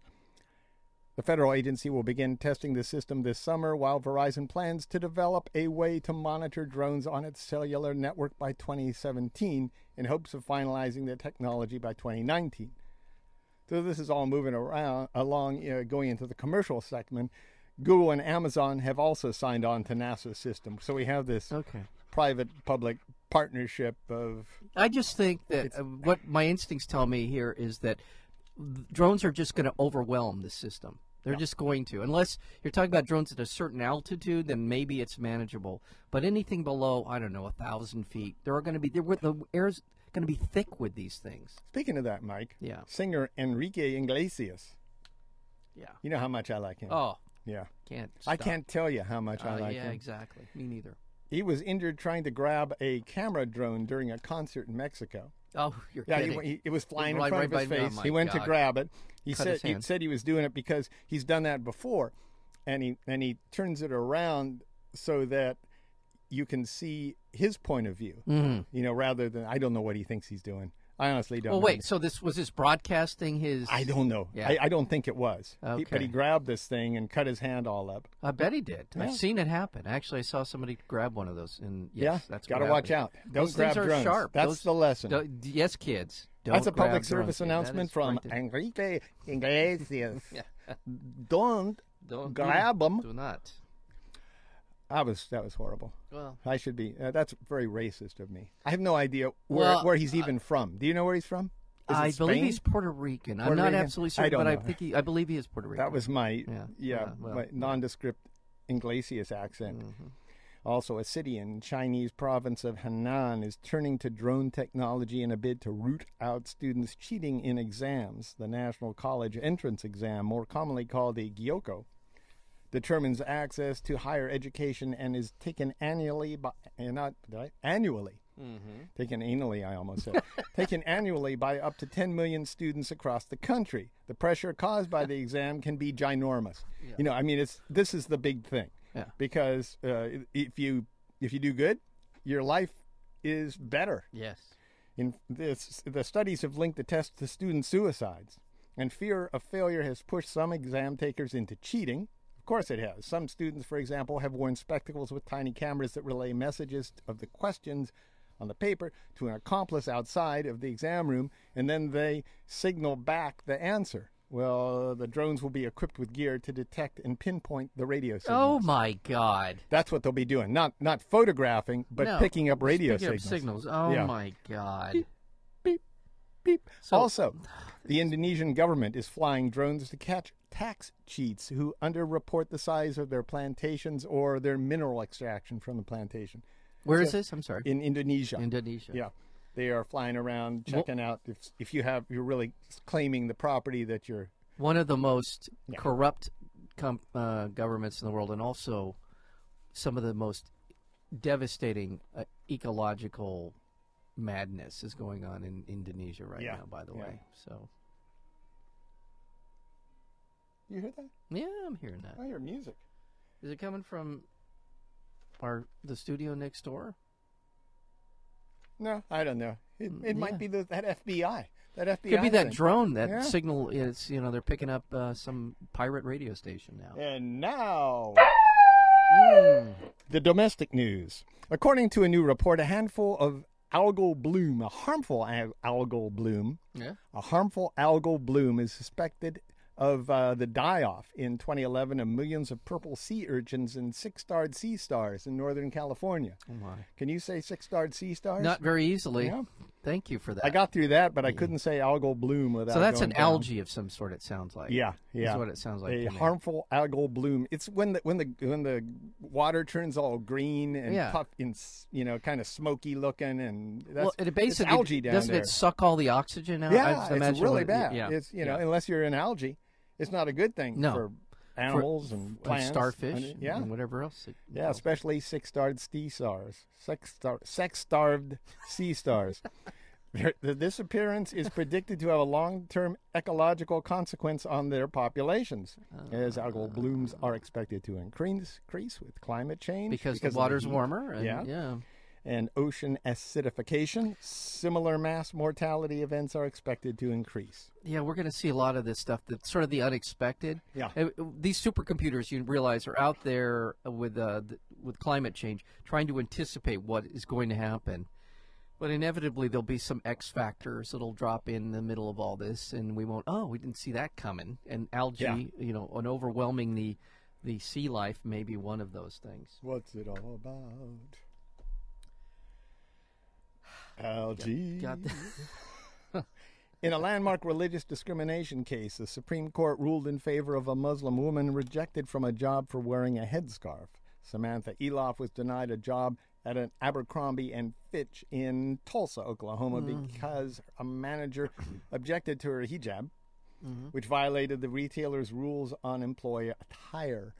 Speaker 1: The federal agency will begin testing the system this summer, while Verizon plans to develop a way to monitor drones on its cellular network by 2017 in hopes of finalizing the technology by 2019. So this is all moving around along uh, going into the commercial segment. Google and Amazon have also signed on to NASA's system. So we have this
Speaker 2: Okay.
Speaker 1: private public partnership of
Speaker 2: I just think that uh, what my instincts tell me here is that th- drones are just going to overwhelm the system. They're just going to, unless you're talking about drones at a certain altitude, then maybe it's manageable. But anything below, I don't know, a thousand feet, there are going to be there were- the air's going to be thick with these things.
Speaker 1: speaking of that mike
Speaker 2: Yeah.
Speaker 1: singer enrique iglesias
Speaker 2: Yeah.
Speaker 1: you know how much i like him
Speaker 2: Oh,
Speaker 1: yeah
Speaker 2: can't.
Speaker 1: i
Speaker 2: stop.
Speaker 1: can't tell you how much i
Speaker 2: Uh,
Speaker 1: like
Speaker 2: yeah,
Speaker 1: him
Speaker 2: exactly. Me neither.
Speaker 1: he was injured trying to grab a camera drone during a concert in mexico
Speaker 2: Oh, you're
Speaker 1: yeah, he,
Speaker 2: kidding.
Speaker 1: he- it was flying
Speaker 2: Right-
Speaker 1: in front
Speaker 2: right
Speaker 1: of
Speaker 2: by-
Speaker 1: his
Speaker 2: oh
Speaker 1: face.
Speaker 2: my
Speaker 1: he went to
Speaker 2: God.
Speaker 1: grab it. He
Speaker 2: Cut
Speaker 1: said
Speaker 2: his
Speaker 1: he
Speaker 2: hand.
Speaker 1: said he was doing it because he's done that before, and he and he turns it around so that you can see his point of view. You know, rather than I don't know what he thinks he's doing. I honestly don't.
Speaker 2: Mm-hmm. well,
Speaker 1: know.
Speaker 2: wait. So this was this broadcasting his.
Speaker 1: I don't know.
Speaker 2: Yeah.
Speaker 1: I, I don't think it was. He- but
Speaker 2: Okay.
Speaker 1: he grabbed this thing and cut his hand all up.
Speaker 2: I bet he did.
Speaker 1: Yeah.
Speaker 2: I've seen it happen. Actually, I saw somebody grab one of those, and yes,
Speaker 1: yeah,
Speaker 2: that's
Speaker 1: got to
Speaker 2: what
Speaker 1: watch
Speaker 2: happened.
Speaker 1: out. Don't
Speaker 2: Those
Speaker 1: grab
Speaker 2: things are
Speaker 1: drones.
Speaker 2: sharp.
Speaker 1: That's
Speaker 2: Those-
Speaker 1: the lesson.
Speaker 2: Do- d- yes, kids. Don't
Speaker 1: That's a
Speaker 2: grab
Speaker 1: public service
Speaker 2: drones. Yeah, that
Speaker 1: announcement
Speaker 2: is
Speaker 1: from
Speaker 2: right.
Speaker 1: Enrique Iglesias. Don't
Speaker 2: Don't do-
Speaker 1: grab 'em.
Speaker 2: Do not.
Speaker 1: I was that was horrible.
Speaker 2: Well,
Speaker 1: I should be. Uh, that's very racist of me. I have no idea where
Speaker 2: Well, uh,
Speaker 1: where he's even from. Do you know where he's from? Is it
Speaker 2: I believe
Speaker 1: Spain?
Speaker 2: he's Puerto Rican.
Speaker 1: Puerto
Speaker 2: I'm not
Speaker 1: Rican?
Speaker 2: absolutely
Speaker 1: I
Speaker 2: certain,
Speaker 1: don't
Speaker 2: but I
Speaker 1: know.
Speaker 2: think he, I believe he is Puerto Rican.
Speaker 1: That was my yeah,
Speaker 2: Yeah. Yeah, well,
Speaker 1: my
Speaker 2: yeah. Mm-hmm.
Speaker 1: nondescript Iglesias accent. Also, a city in Chinese province of Henan is turning to drone technology in a bid to root out students cheating in exams. The National College Entrance Exam, more commonly called the Gyoko, determines access to higher education and is taken annually by and not did I- annually. Taken annually, I almost said. taken annually by up to 10 million students across the country. The pressure caused by the exam can be ginormous. You know, I mean, it's this is the big thing
Speaker 2: Yeah.
Speaker 1: because uh, if you if you do good, your life is better.
Speaker 2: yes.
Speaker 1: In this, the studies have linked the test to student suicides, and fear of failure has pushed some exam takers into cheating. Of course, it has. Some students, for example, have worn spectacles with tiny cameras that relay messages of the questions on the paper to an accomplice outside of the exam room, and then they signal back the answer. Well, the drones will be equipped with gear to detect and pinpoint the radio signals.
Speaker 2: Oh my God.
Speaker 1: That's what they'll be doing. Not not photographing, but
Speaker 2: No,
Speaker 1: picking up
Speaker 2: just
Speaker 1: radio
Speaker 2: picking up
Speaker 1: signals.
Speaker 2: signals. Oh
Speaker 1: Yeah.
Speaker 2: my God.
Speaker 1: Beep.
Speaker 2: So-
Speaker 1: also, the Indonesian government is flying drones to catch tax cheats who underreport the size of their plantations or their mineral extraction from the plantation
Speaker 2: Where is this? I'm sorry.
Speaker 1: in Indonesia.
Speaker 2: Indonesia.
Speaker 1: yeah. They are flying around checking out if if you have you're really claiming the property that you're
Speaker 2: one of the most corrupt com- uh, governments in the world, and also some of the most devastating uh, ecological madness is going on in Indonesia right
Speaker 1: Yeah,
Speaker 2: now. By the
Speaker 1: yeah.
Speaker 2: way, so
Speaker 1: You hear that?
Speaker 2: yeah, I'm hearing that.
Speaker 1: I hear music.
Speaker 2: Is it coming from our the studio next door?
Speaker 1: No, I don't know. It, it might
Speaker 2: Mm, yeah.
Speaker 1: be the, that FBI. That FBI
Speaker 2: Could be that
Speaker 1: thing.
Speaker 2: drone that
Speaker 1: Yeah.
Speaker 2: signal. It's you know they're picking up uh, some pirate radio station now.
Speaker 1: And now
Speaker 2: Mm.
Speaker 1: The domestic news. According to a new report, a handful of algal bloom, a harmful al- algal bloom,
Speaker 2: Yeah.
Speaker 1: a harmful algal bloom is suspected of uh, the die off in 2011 of millions of purple sea urchins and six starred sea stars in Northern California.
Speaker 2: Oh my.
Speaker 1: Can you say six starred sea stars?
Speaker 2: Not very easily.
Speaker 1: Yeah.
Speaker 2: Thank you for that.
Speaker 1: I got through that, but I couldn't say algal bloom without.
Speaker 2: so that's
Speaker 1: going
Speaker 2: an
Speaker 1: down.
Speaker 2: algae of some sort. It sounds like.
Speaker 1: Yeah,
Speaker 2: Is
Speaker 1: yeah.
Speaker 2: what it sounds like.
Speaker 1: a
Speaker 2: to me.
Speaker 1: harmful algal bloom. It's when the when the when the water turns all green and
Speaker 2: Yeah.
Speaker 1: puff and s- you know kind of smoky looking and that's
Speaker 2: well, it basically
Speaker 1: it's algae down
Speaker 2: doesn't
Speaker 1: there.
Speaker 2: it suck all the oxygen out? I
Speaker 1: yeah,
Speaker 2: just imagine
Speaker 1: it's really
Speaker 2: what it-
Speaker 1: bad.
Speaker 2: Yeah,
Speaker 1: It's you
Speaker 2: yeah.
Speaker 1: know unless you're in algae, it's not a good thing
Speaker 2: No.
Speaker 1: for animals and
Speaker 2: And
Speaker 1: plants,
Speaker 2: starfish,
Speaker 1: and-
Speaker 2: and-
Speaker 1: yeah,
Speaker 2: and whatever else. it-
Speaker 1: yeah, especially six starved sea stars, sex star, sex starved sea stars. Their- The disappearance is predicted to have a long term ecological consequence on their populations, as algal
Speaker 2: Ah.
Speaker 1: blooms are expected to increase, increase with climate change
Speaker 2: because,
Speaker 1: of
Speaker 2: the water's
Speaker 1: heat
Speaker 2: warmer. And,
Speaker 1: Yeah.
Speaker 2: yeah,
Speaker 1: and ocean acidification. Similar mass mortality events are expected to increase.
Speaker 2: Yeah, we're going to see a lot of this stuff that's sort of the unexpected.
Speaker 1: Yeah.
Speaker 2: Uh, These supercomputers, you realize, are out there with uh, th- with climate change, trying to anticipate what is going to happen. But inevitably, there'll be some X factors that'll drop in the middle of all this, and we won't. Oh, we didn't see that coming. And algae,
Speaker 1: Yeah.
Speaker 2: you know, and overwhelming the the sea life may be one of those things.
Speaker 1: What's it all about? Algae.
Speaker 2: Got the-
Speaker 1: In a landmark religious discrimination case, the Supreme Court ruled in favor of a Muslim woman rejected from a job for wearing a headscarf. Samantha Eloff was denied a job at an Abercrombie and Fitch in Tulsa, Oklahoma, because a manager objected to her hijab, which violated the retailer's rules on employee attire.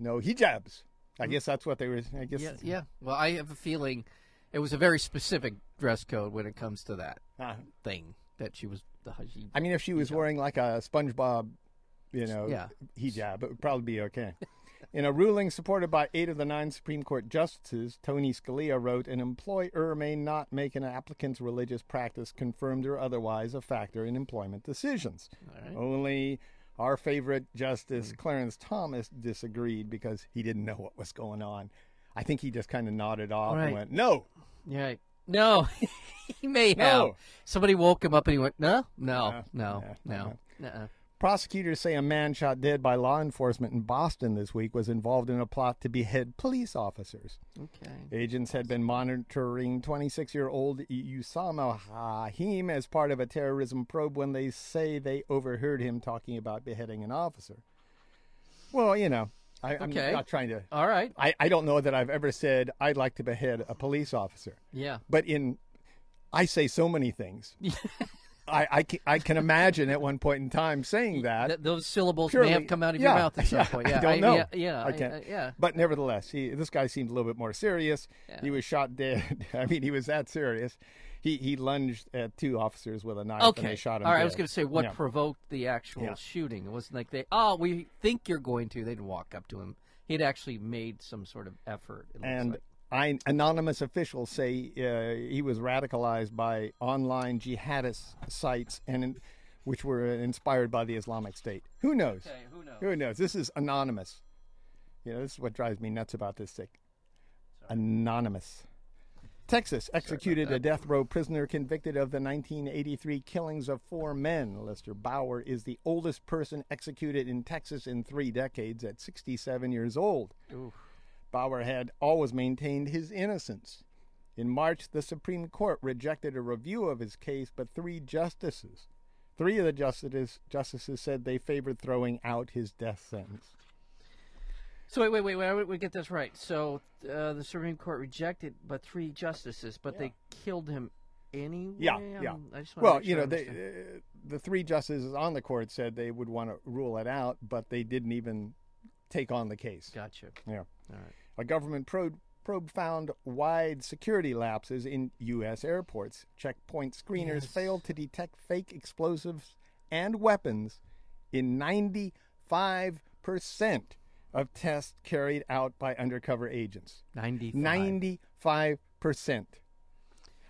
Speaker 1: No hijabs. I guess that's what they were. I guess.
Speaker 2: yeah, yeah. Well, I have a feeling it was a very specific dress code when it comes to that
Speaker 1: Uh,
Speaker 2: thing that she was the hijab.
Speaker 1: I mean, if she was wearing like a SpongeBob, you know,
Speaker 2: Yeah.
Speaker 1: hijab, it would probably be okay. In a ruling supported by eight of the nine Supreme Court justices, Tony Scalia wrote, "An employer may not make an applicant's religious practice confirmed or otherwise a factor in employment decisions." Only our favorite
Speaker 2: Mm.
Speaker 1: Justice Clarence Thomas disagreed because he didn't know what was going on. I think he just kind of nodded off and
Speaker 2: Right.
Speaker 1: went, "No,
Speaker 2: Yeah. No, he may have.
Speaker 1: No.
Speaker 2: Somebody woke him up and he went, no, no, no,
Speaker 1: no,
Speaker 2: no, uh-uh."
Speaker 1: Prosecutors say a man shot dead by law enforcement in Boston this week was involved in a plot to behead police officers.
Speaker 2: Okay.
Speaker 1: Agents had been monitoring 26 year old Usama Haim as part of a terrorism probe when they say they overheard him talking about beheading an officer. Well, you know, I, I'm
Speaker 2: Okay.
Speaker 1: not trying to.
Speaker 2: All right.
Speaker 1: I, I don't know that I've ever said I'd like to behead a police officer
Speaker 2: Yeah.
Speaker 1: but in I say so many things. I, I, can, I can imagine at one point in time saying that.
Speaker 2: Th- those syllables may
Speaker 1: purely-
Speaker 2: have come out of
Speaker 1: yeah,
Speaker 2: your mouth at some
Speaker 1: yeah,
Speaker 2: point. Yeah.
Speaker 1: I don't know.
Speaker 2: Yeah. yeah,
Speaker 1: I can't.
Speaker 2: I- uh, yeah.
Speaker 1: But nevertheless, he, this guy seemed a little bit more serious. He was shot dead. I mean, he was that serious. He he lunged at two officers with a knife and they
Speaker 2: Okay.
Speaker 1: shot him.
Speaker 2: All right. I
Speaker 1: dead.
Speaker 2: was going to say what
Speaker 1: Yeah.
Speaker 2: provoked the actual
Speaker 1: Yeah.
Speaker 2: shooting. It wasn't like they, oh, we think you're going to. They didn't walk up to him. He'd actually made some sort of effort. It looks
Speaker 1: and
Speaker 2: like.
Speaker 1: I, anonymous officials say uh, he was radicalized by online jihadist sites and in, which were inspired by the Islamic State. Who knows?
Speaker 2: Okay, who knows?
Speaker 1: Who knows? This is anonymous. You know, this is what drives me nuts about this thing. Anonymous. Texas executed a death row prisoner convicted of the 1983 killings of four men. Lester Bauer is the oldest person executed in Texas in three decades at 67 years old. Bauer had always maintained his innocence. In March, the Supreme Court rejected a review of his case, but three justices, three of the justices, justices said they favored throwing out his death sentence.
Speaker 2: So wait, wait, wait, wait. We get this right. So uh, the Supreme Court rejected, but three justices, but they killed him anyway.
Speaker 1: Yeah,
Speaker 2: I'm-
Speaker 1: yeah.
Speaker 2: um, I just wanna
Speaker 1: Well,
Speaker 2: make
Speaker 1: you
Speaker 2: sure I
Speaker 1: know, they,
Speaker 2: understand.
Speaker 1: uh, the three justices on the court said they would want to rule it out, but they didn't even take on the case.
Speaker 2: Gotcha.
Speaker 1: Yeah.
Speaker 2: All right.
Speaker 1: A government probe, probe found wide security lapses in U.S. airports. Checkpoint screeners failed to detect fake explosives and weapons in 95% of tests carried out by undercover agents.
Speaker 2: 95.
Speaker 1: 95%.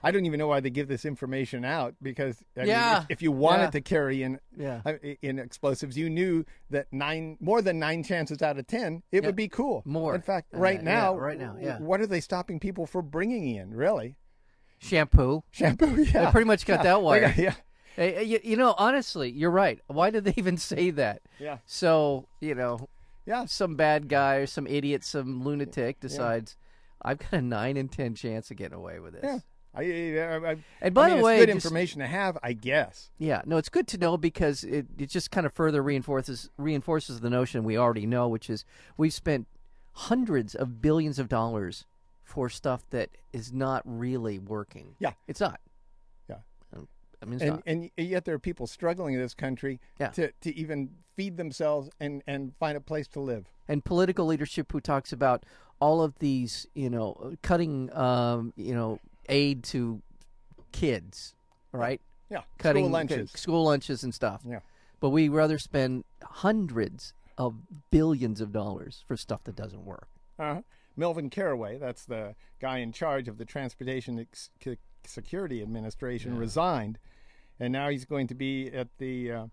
Speaker 1: I don't even know why they give this information out because I mean,
Speaker 2: Yeah,
Speaker 1: if, if you wanted
Speaker 2: yeah.
Speaker 1: to carry in
Speaker 2: Yeah.
Speaker 1: uh, in explosives, you knew that nine more than nine chances out of ten, it would be cool.
Speaker 2: More. Uh,
Speaker 1: In fact,
Speaker 2: Yeah,
Speaker 1: right
Speaker 2: yeah,
Speaker 1: now,
Speaker 2: right now, yeah.
Speaker 1: What are they stopping people for bringing in? Really,
Speaker 2: Shampoo.
Speaker 1: shampoo? Yeah,
Speaker 2: They pretty much got that
Speaker 1: They
Speaker 2: wired.
Speaker 1: got- yeah,
Speaker 2: Hey, hey, you, you know, honestly, you're right. Why did they even say that?
Speaker 1: Yeah.
Speaker 2: So, you know,
Speaker 1: yeah.
Speaker 2: some bad guy or some idiot, some lunatic decides, I've got a 9 in 10 chance of getting away with this.
Speaker 1: Yeah. I, I, I,
Speaker 2: And
Speaker 1: I
Speaker 2: by
Speaker 1: mean,
Speaker 2: the
Speaker 1: it's
Speaker 2: way,
Speaker 1: good
Speaker 2: just-
Speaker 1: information to have, I guess.
Speaker 2: Yeah, no, it's good to know because it, it just kind of further reinforces reinforces the notion we already know, which is we've spent hundreds of billions of dollars for stuff that is not really working.
Speaker 1: Yeah.
Speaker 2: it's not.
Speaker 1: Yeah.
Speaker 2: Um, I mean, it's
Speaker 1: And
Speaker 2: not.
Speaker 1: and yet there are people struggling in this country
Speaker 2: Yeah.
Speaker 1: to, to even feed themselves and, and find a place to live.
Speaker 2: And political leadership who talks about all of these, you know, cutting, um, you know, aid to kids, right?
Speaker 1: Yeah,
Speaker 2: Cutting
Speaker 1: school lunches.
Speaker 2: school lunches and stuff.
Speaker 1: Yeah.
Speaker 2: But we rather spend hundreds of billions of dollars for stuff that doesn't work.
Speaker 1: Uh-huh. Melvin Caraway, that's the guy in charge of the Transportation Ex- C- Security Administration, resigned, and now he's going to be at the uh,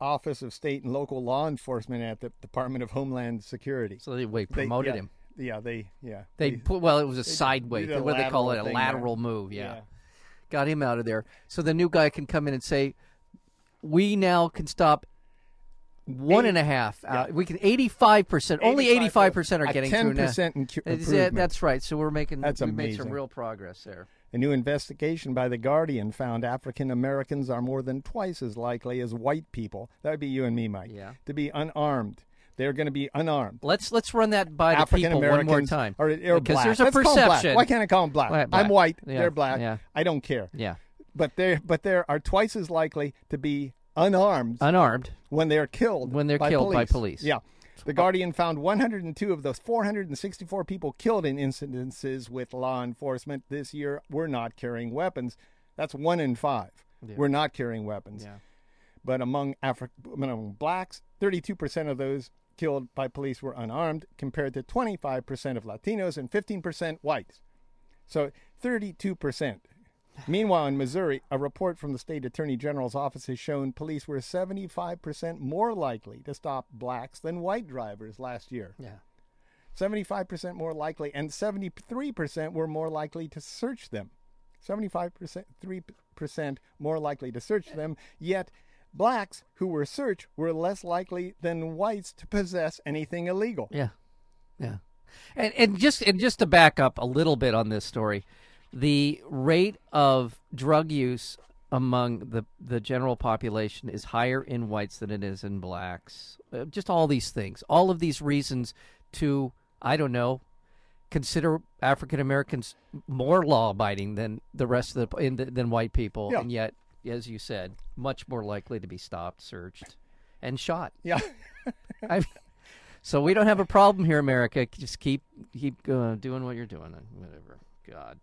Speaker 1: Office of State and Local Law Enforcement at the Department of Homeland Security.
Speaker 2: So they, they
Speaker 1: They-
Speaker 2: promoted
Speaker 1: yeah,
Speaker 2: him.
Speaker 1: Yeah, they yeah
Speaker 2: They put well, it was a sideways,
Speaker 1: did a
Speaker 2: what they call it,
Speaker 1: lateral
Speaker 2: a
Speaker 1: thing, yeah.
Speaker 2: lateral move. Yeah.
Speaker 1: Yeah.
Speaker 2: got him out of there. So the new guy can come in and say, "We now can stop one
Speaker 1: Eighty-
Speaker 2: and a half. out- We can eighty-five percent. Only eighty-five percent are getting
Speaker 1: ten
Speaker 2: through now.
Speaker 1: percent
Speaker 2: Is it- That's right. So we're making
Speaker 1: That's
Speaker 2: we made some
Speaker 1: amazing.
Speaker 2: real progress there.
Speaker 1: A new investigation by The Guardian found African Americans are more than twice as likely as white people, that would be you and me, Mike,
Speaker 2: Yeah.
Speaker 1: to be unarmed. They're going to be unarmed.
Speaker 2: Let's let's run that by the
Speaker 1: African
Speaker 2: people one
Speaker 1: Americans
Speaker 2: more time
Speaker 1: Or, or
Speaker 2: because
Speaker 1: black.
Speaker 2: there's a
Speaker 1: Let's call 'em black.
Speaker 2: perception.
Speaker 1: Why can't I call them black?
Speaker 2: Black,
Speaker 1: I'm
Speaker 2: black.
Speaker 1: white.
Speaker 2: Yeah,
Speaker 1: They're black.
Speaker 2: yeah.
Speaker 1: I don't care.
Speaker 2: yeah,
Speaker 1: But they but they are twice as likely to be unarmed
Speaker 2: unarmed.
Speaker 1: when they're killed.
Speaker 2: When they're
Speaker 1: by
Speaker 2: killed by
Speaker 1: police.
Speaker 2: police.
Speaker 1: Yeah. The Guardian found 102 of those 464 people killed in incidences with law enforcement this year were not carrying weapons. That's one in five. Were not carrying weapons.
Speaker 2: Yeah.
Speaker 1: But among Afri- among blacks, 32% of those killed by police were unarmed, compared to 25% of Latinos and 15% whites. So 32%. Meanwhile, in Missouri, a report from the state attorney general's office has shown police were 75% more likely to stop blacks than white drivers last year.
Speaker 2: Yeah.
Speaker 1: 75% more likely, and 73% were more likely to search them. 75%, 3% more likely to search them, yet blacks who were searched were less likely than whites to possess anything illegal.
Speaker 2: Yeah, yeah, and and just and just to back up a little bit on this story, the rate of drug use among the the general population is higher in whites than it is in blacks. Uh, Just all these things, all of these reasons to I don't know consider African Americans more law abiding than the rest of the in the, than white people,
Speaker 1: Yeah.
Speaker 2: and yet, as you said, much more likely to be stopped, searched, and shot.
Speaker 1: Yeah.
Speaker 2: I mean, so we don't have a problem here, America. Just keep keep uh, doing what you're doing and whatever. God,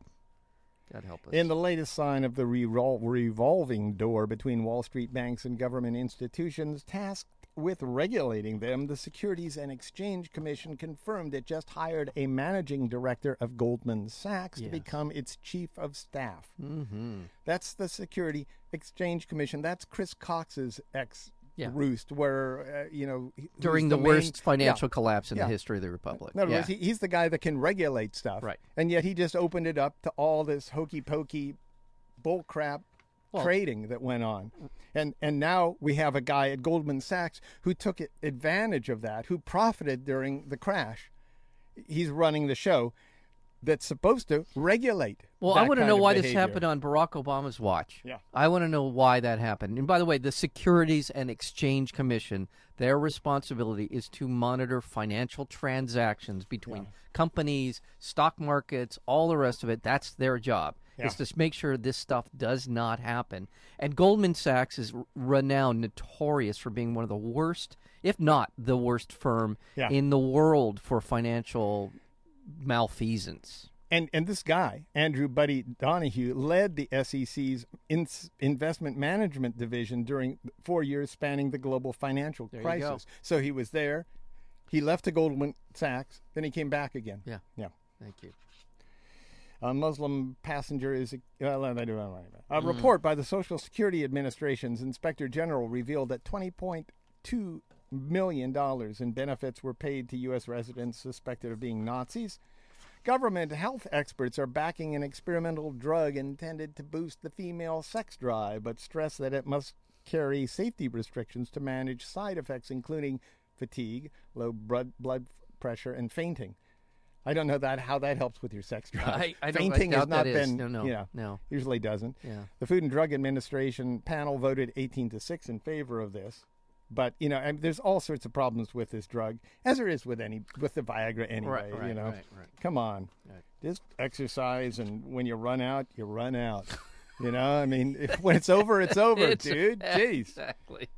Speaker 2: God help us.
Speaker 1: In the latest sign of the revol- revolving door between Wall Street banks and government institutions tasked with regulating them, the Securities and Exchange Commission confirmed it just hired a managing director of Goldman Sachs to become its chief of staff.
Speaker 2: Mm-hmm.
Speaker 1: That's the Security Exchange Commission. That's Chris Cox's ex
Speaker 2: Yeah.
Speaker 1: roost, where, uh, you know, he- who's
Speaker 2: During the,
Speaker 1: main-
Speaker 2: worst
Speaker 1: Yeah.
Speaker 2: financial collapse in
Speaker 1: Yeah.
Speaker 2: the history of the republic.
Speaker 1: In other
Speaker 2: yeah.
Speaker 1: words, he, he's the guy that can regulate stuff.
Speaker 2: Right.
Speaker 1: And yet he just opened it up to all this hokey pokey bullcrap trading that went on. And and now we have a guy at Goldman Sachs who took it- advantage of that, who profited during the crash. He's running the show that's supposed to regulate.
Speaker 2: well, I
Speaker 1: that
Speaker 2: want to
Speaker 1: kind
Speaker 2: know
Speaker 1: of
Speaker 2: why this
Speaker 1: behavior.
Speaker 2: happened on Barack Obama's watch.
Speaker 1: Yeah.
Speaker 2: I want to know why that happened. And by the way, the Securities and Exchange Commission, their responsibility is to monitor financial transactions between companies, stock markets, all the rest of it. That's their job. Is to make sure this stuff does not happen. And Goldman Sachs is renowned, notorious for being one of the worst, if not the worst firm
Speaker 1: Yeah.
Speaker 2: in the world for financial malfeasance.
Speaker 1: And and this guy, Andrew Buddy Donahue, led the SEC's in- investment management division during four years spanning the global financial
Speaker 2: you
Speaker 1: crisis.
Speaker 2: go.
Speaker 1: So he was there. He left to Goldman Sachs, then he came back again.
Speaker 2: Yeah.
Speaker 1: Yeah.
Speaker 2: Thank you.
Speaker 1: A Muslim passenger is. uh, Well, I don't know. A
Speaker 2: Mm.
Speaker 1: report by the Social Security Administration's Inspector General revealed that $20.2 million in benefits were paid to U.S. residents suspected of being Nazis. Government health experts are backing an experimental drug intended to boost the female sex drive, but stress that it must carry safety restrictions to manage side effects, including fatigue, low blood blood pressure, and fainting. I don't know that how that helps with your sex drive.
Speaker 2: I, I don't,
Speaker 1: Fainting
Speaker 2: I
Speaker 1: has
Speaker 2: doubt
Speaker 1: not
Speaker 2: that is.
Speaker 1: been,
Speaker 2: no, no,
Speaker 1: you know,
Speaker 2: no.
Speaker 1: usually doesn't.
Speaker 2: Yeah.
Speaker 1: The Food and Drug Administration panel voted 18 to 6 in favor of this. But, you know, and there's all sorts of problems with this drug, as there is with any with the Viagra anyway, you
Speaker 2: right,
Speaker 1: know.
Speaker 2: right, right.
Speaker 1: Come on. Just exercise and when you run out, you run out. you know, I mean, if, when it's over, it's over,
Speaker 2: It's-
Speaker 1: dude. Jeez.
Speaker 2: Exactly.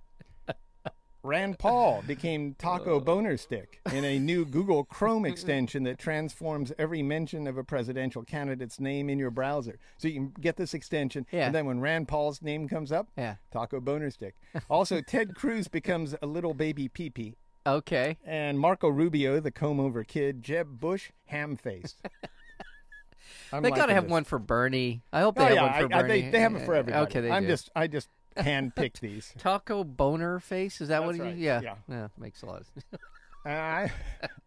Speaker 1: Rand Paul became
Speaker 2: Oh.
Speaker 1: Taco Boner Stick in a new Google Chrome extension that transforms every mention of a presidential candidate's name in your browser. So you can get this extension,
Speaker 2: Yeah.
Speaker 1: and then when Rand Paul's name comes up,
Speaker 2: Yeah.
Speaker 1: Taco Boner Stick. Also, Ted Cruz becomes a little baby pee pee,
Speaker 2: Okay.
Speaker 1: and Marco Rubio, the comb over kid, Jeb Bush, ham faced.
Speaker 2: They got to have one for Bernie. I hope they
Speaker 1: Oh,
Speaker 2: have
Speaker 1: yeah,
Speaker 2: one for
Speaker 1: I- I-
Speaker 2: Bernie.
Speaker 1: they, they have it for everybody.
Speaker 2: Okay, they
Speaker 1: I'm
Speaker 2: do.
Speaker 1: just, I just handpicked these.
Speaker 2: taco boner face. Is that what?
Speaker 1: That's
Speaker 2: it is?
Speaker 1: right,
Speaker 2: Yeah.
Speaker 1: yeah.
Speaker 2: Makes a lot. Of,
Speaker 1: Uh, I-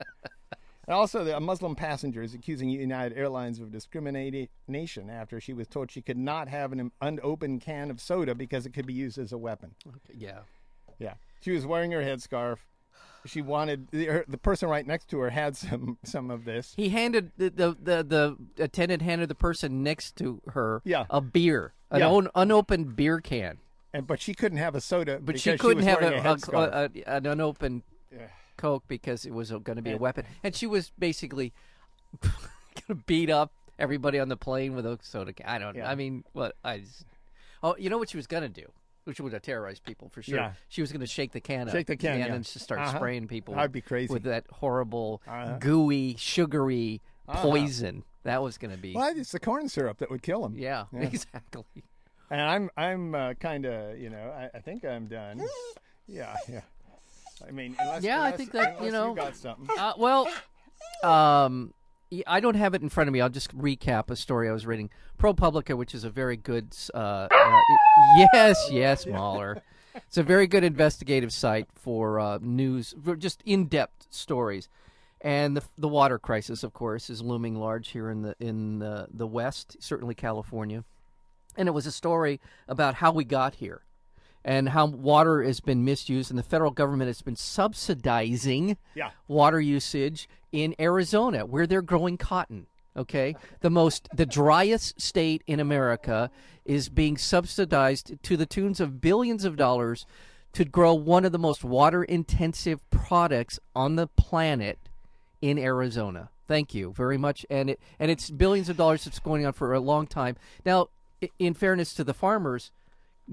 Speaker 1: and also, the, a Muslim passenger is accusing United Airlines of discrimination after she was told she could not have an unopened can of soda because it could be used as a weapon.
Speaker 2: yeah.
Speaker 1: Yeah, she was wearing her headscarf. She wanted the, her, the person right next to her had some some of this.
Speaker 2: He handed the the, the the attendant handed the person next to her
Speaker 1: Yeah.
Speaker 2: a beer, an
Speaker 1: Yeah.
Speaker 2: un- unopened beer can,
Speaker 1: And but she couldn't have a soda.
Speaker 2: but
Speaker 1: because
Speaker 2: she couldn't
Speaker 1: was
Speaker 2: have
Speaker 1: wearing
Speaker 2: a,
Speaker 1: a, headscarf.
Speaker 2: a- a- an unopened Coke because it was going to be a weapon, and she was basically going to beat up everybody on the plane with a soda can. I don't. know. I mean, what I. Just, oh, you know what she was going to do. Which would have terrorized people for sure.
Speaker 1: Yeah.
Speaker 2: She was going to shake the can up,
Speaker 1: Shake the can,
Speaker 2: and
Speaker 1: yeah.
Speaker 2: then just start
Speaker 1: Uh-huh.
Speaker 2: spraying people.
Speaker 1: That'd
Speaker 2: with-
Speaker 1: be crazy. Uh-huh.
Speaker 2: with that horrible, gooey, sugary poison. That was going to be.
Speaker 1: well, it's the corn syrup that would kill him.
Speaker 2: Yeah, exactly.
Speaker 1: And I'm I'm uh, kind of you know I, I think I'm done. Yeah, yeah. I mean, unless,
Speaker 2: Yeah, I
Speaker 1: unless-
Speaker 2: think that, you
Speaker 1: unless
Speaker 2: know-
Speaker 1: got something.
Speaker 2: Uh, well, um, y- I don't have it in front of me. I'll just recap a story I was reading. ProPublica, which is a very good. Uh, uh, i- yes, yes, Mahler. It's a very good investigative site for uh, news, for just in-depth stories. And the, the water crisis, of course, is looming large here in the in the, the West, certainly California. and it was a story about how we got here and how water has been misused and the federal government has been subsidizing
Speaker 1: Yeah.
Speaker 2: water usage in Arizona where they're growing cotton okay the most the driest state in America is being subsidized to the tunes of billions of dollars to grow one of the most water intensive products on the planet in Arizona. Thank you very much, and it and it's billions of dollars that's going on for a long time now. i- In fairness to the farmers,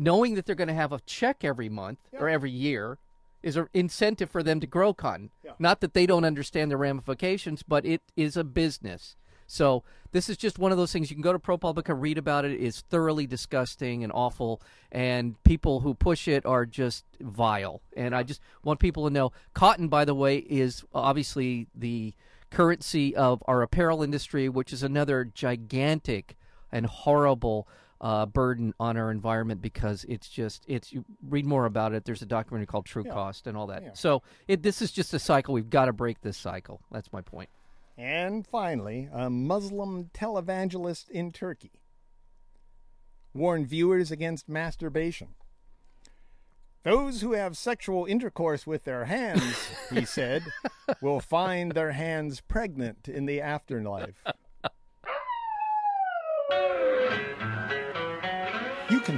Speaker 2: knowing that they're going to have a check every month or every year is an incentive for them to grow cotton. Not that they don't understand the ramifications, but it is a business. So this is just one of those things. You can go to ProPublica, read about it. It's thoroughly disgusting and awful, and people who push it are just vile. And I just want people to know, cotton, by the way, is obviously the currency of our apparel industry, which is another gigantic and horrible uh, burden on our environment because it's just it's you read more about it. There's a documentary called True Cost and all that. So it this is just a cycle. We've got to break this cycle. That's my point.
Speaker 1: And finally, a Muslim televangelist in Turkey warned viewers against masturbation. Those who have sexual intercourse with their hands, he said, will find their hands pregnant in the afterlife. You can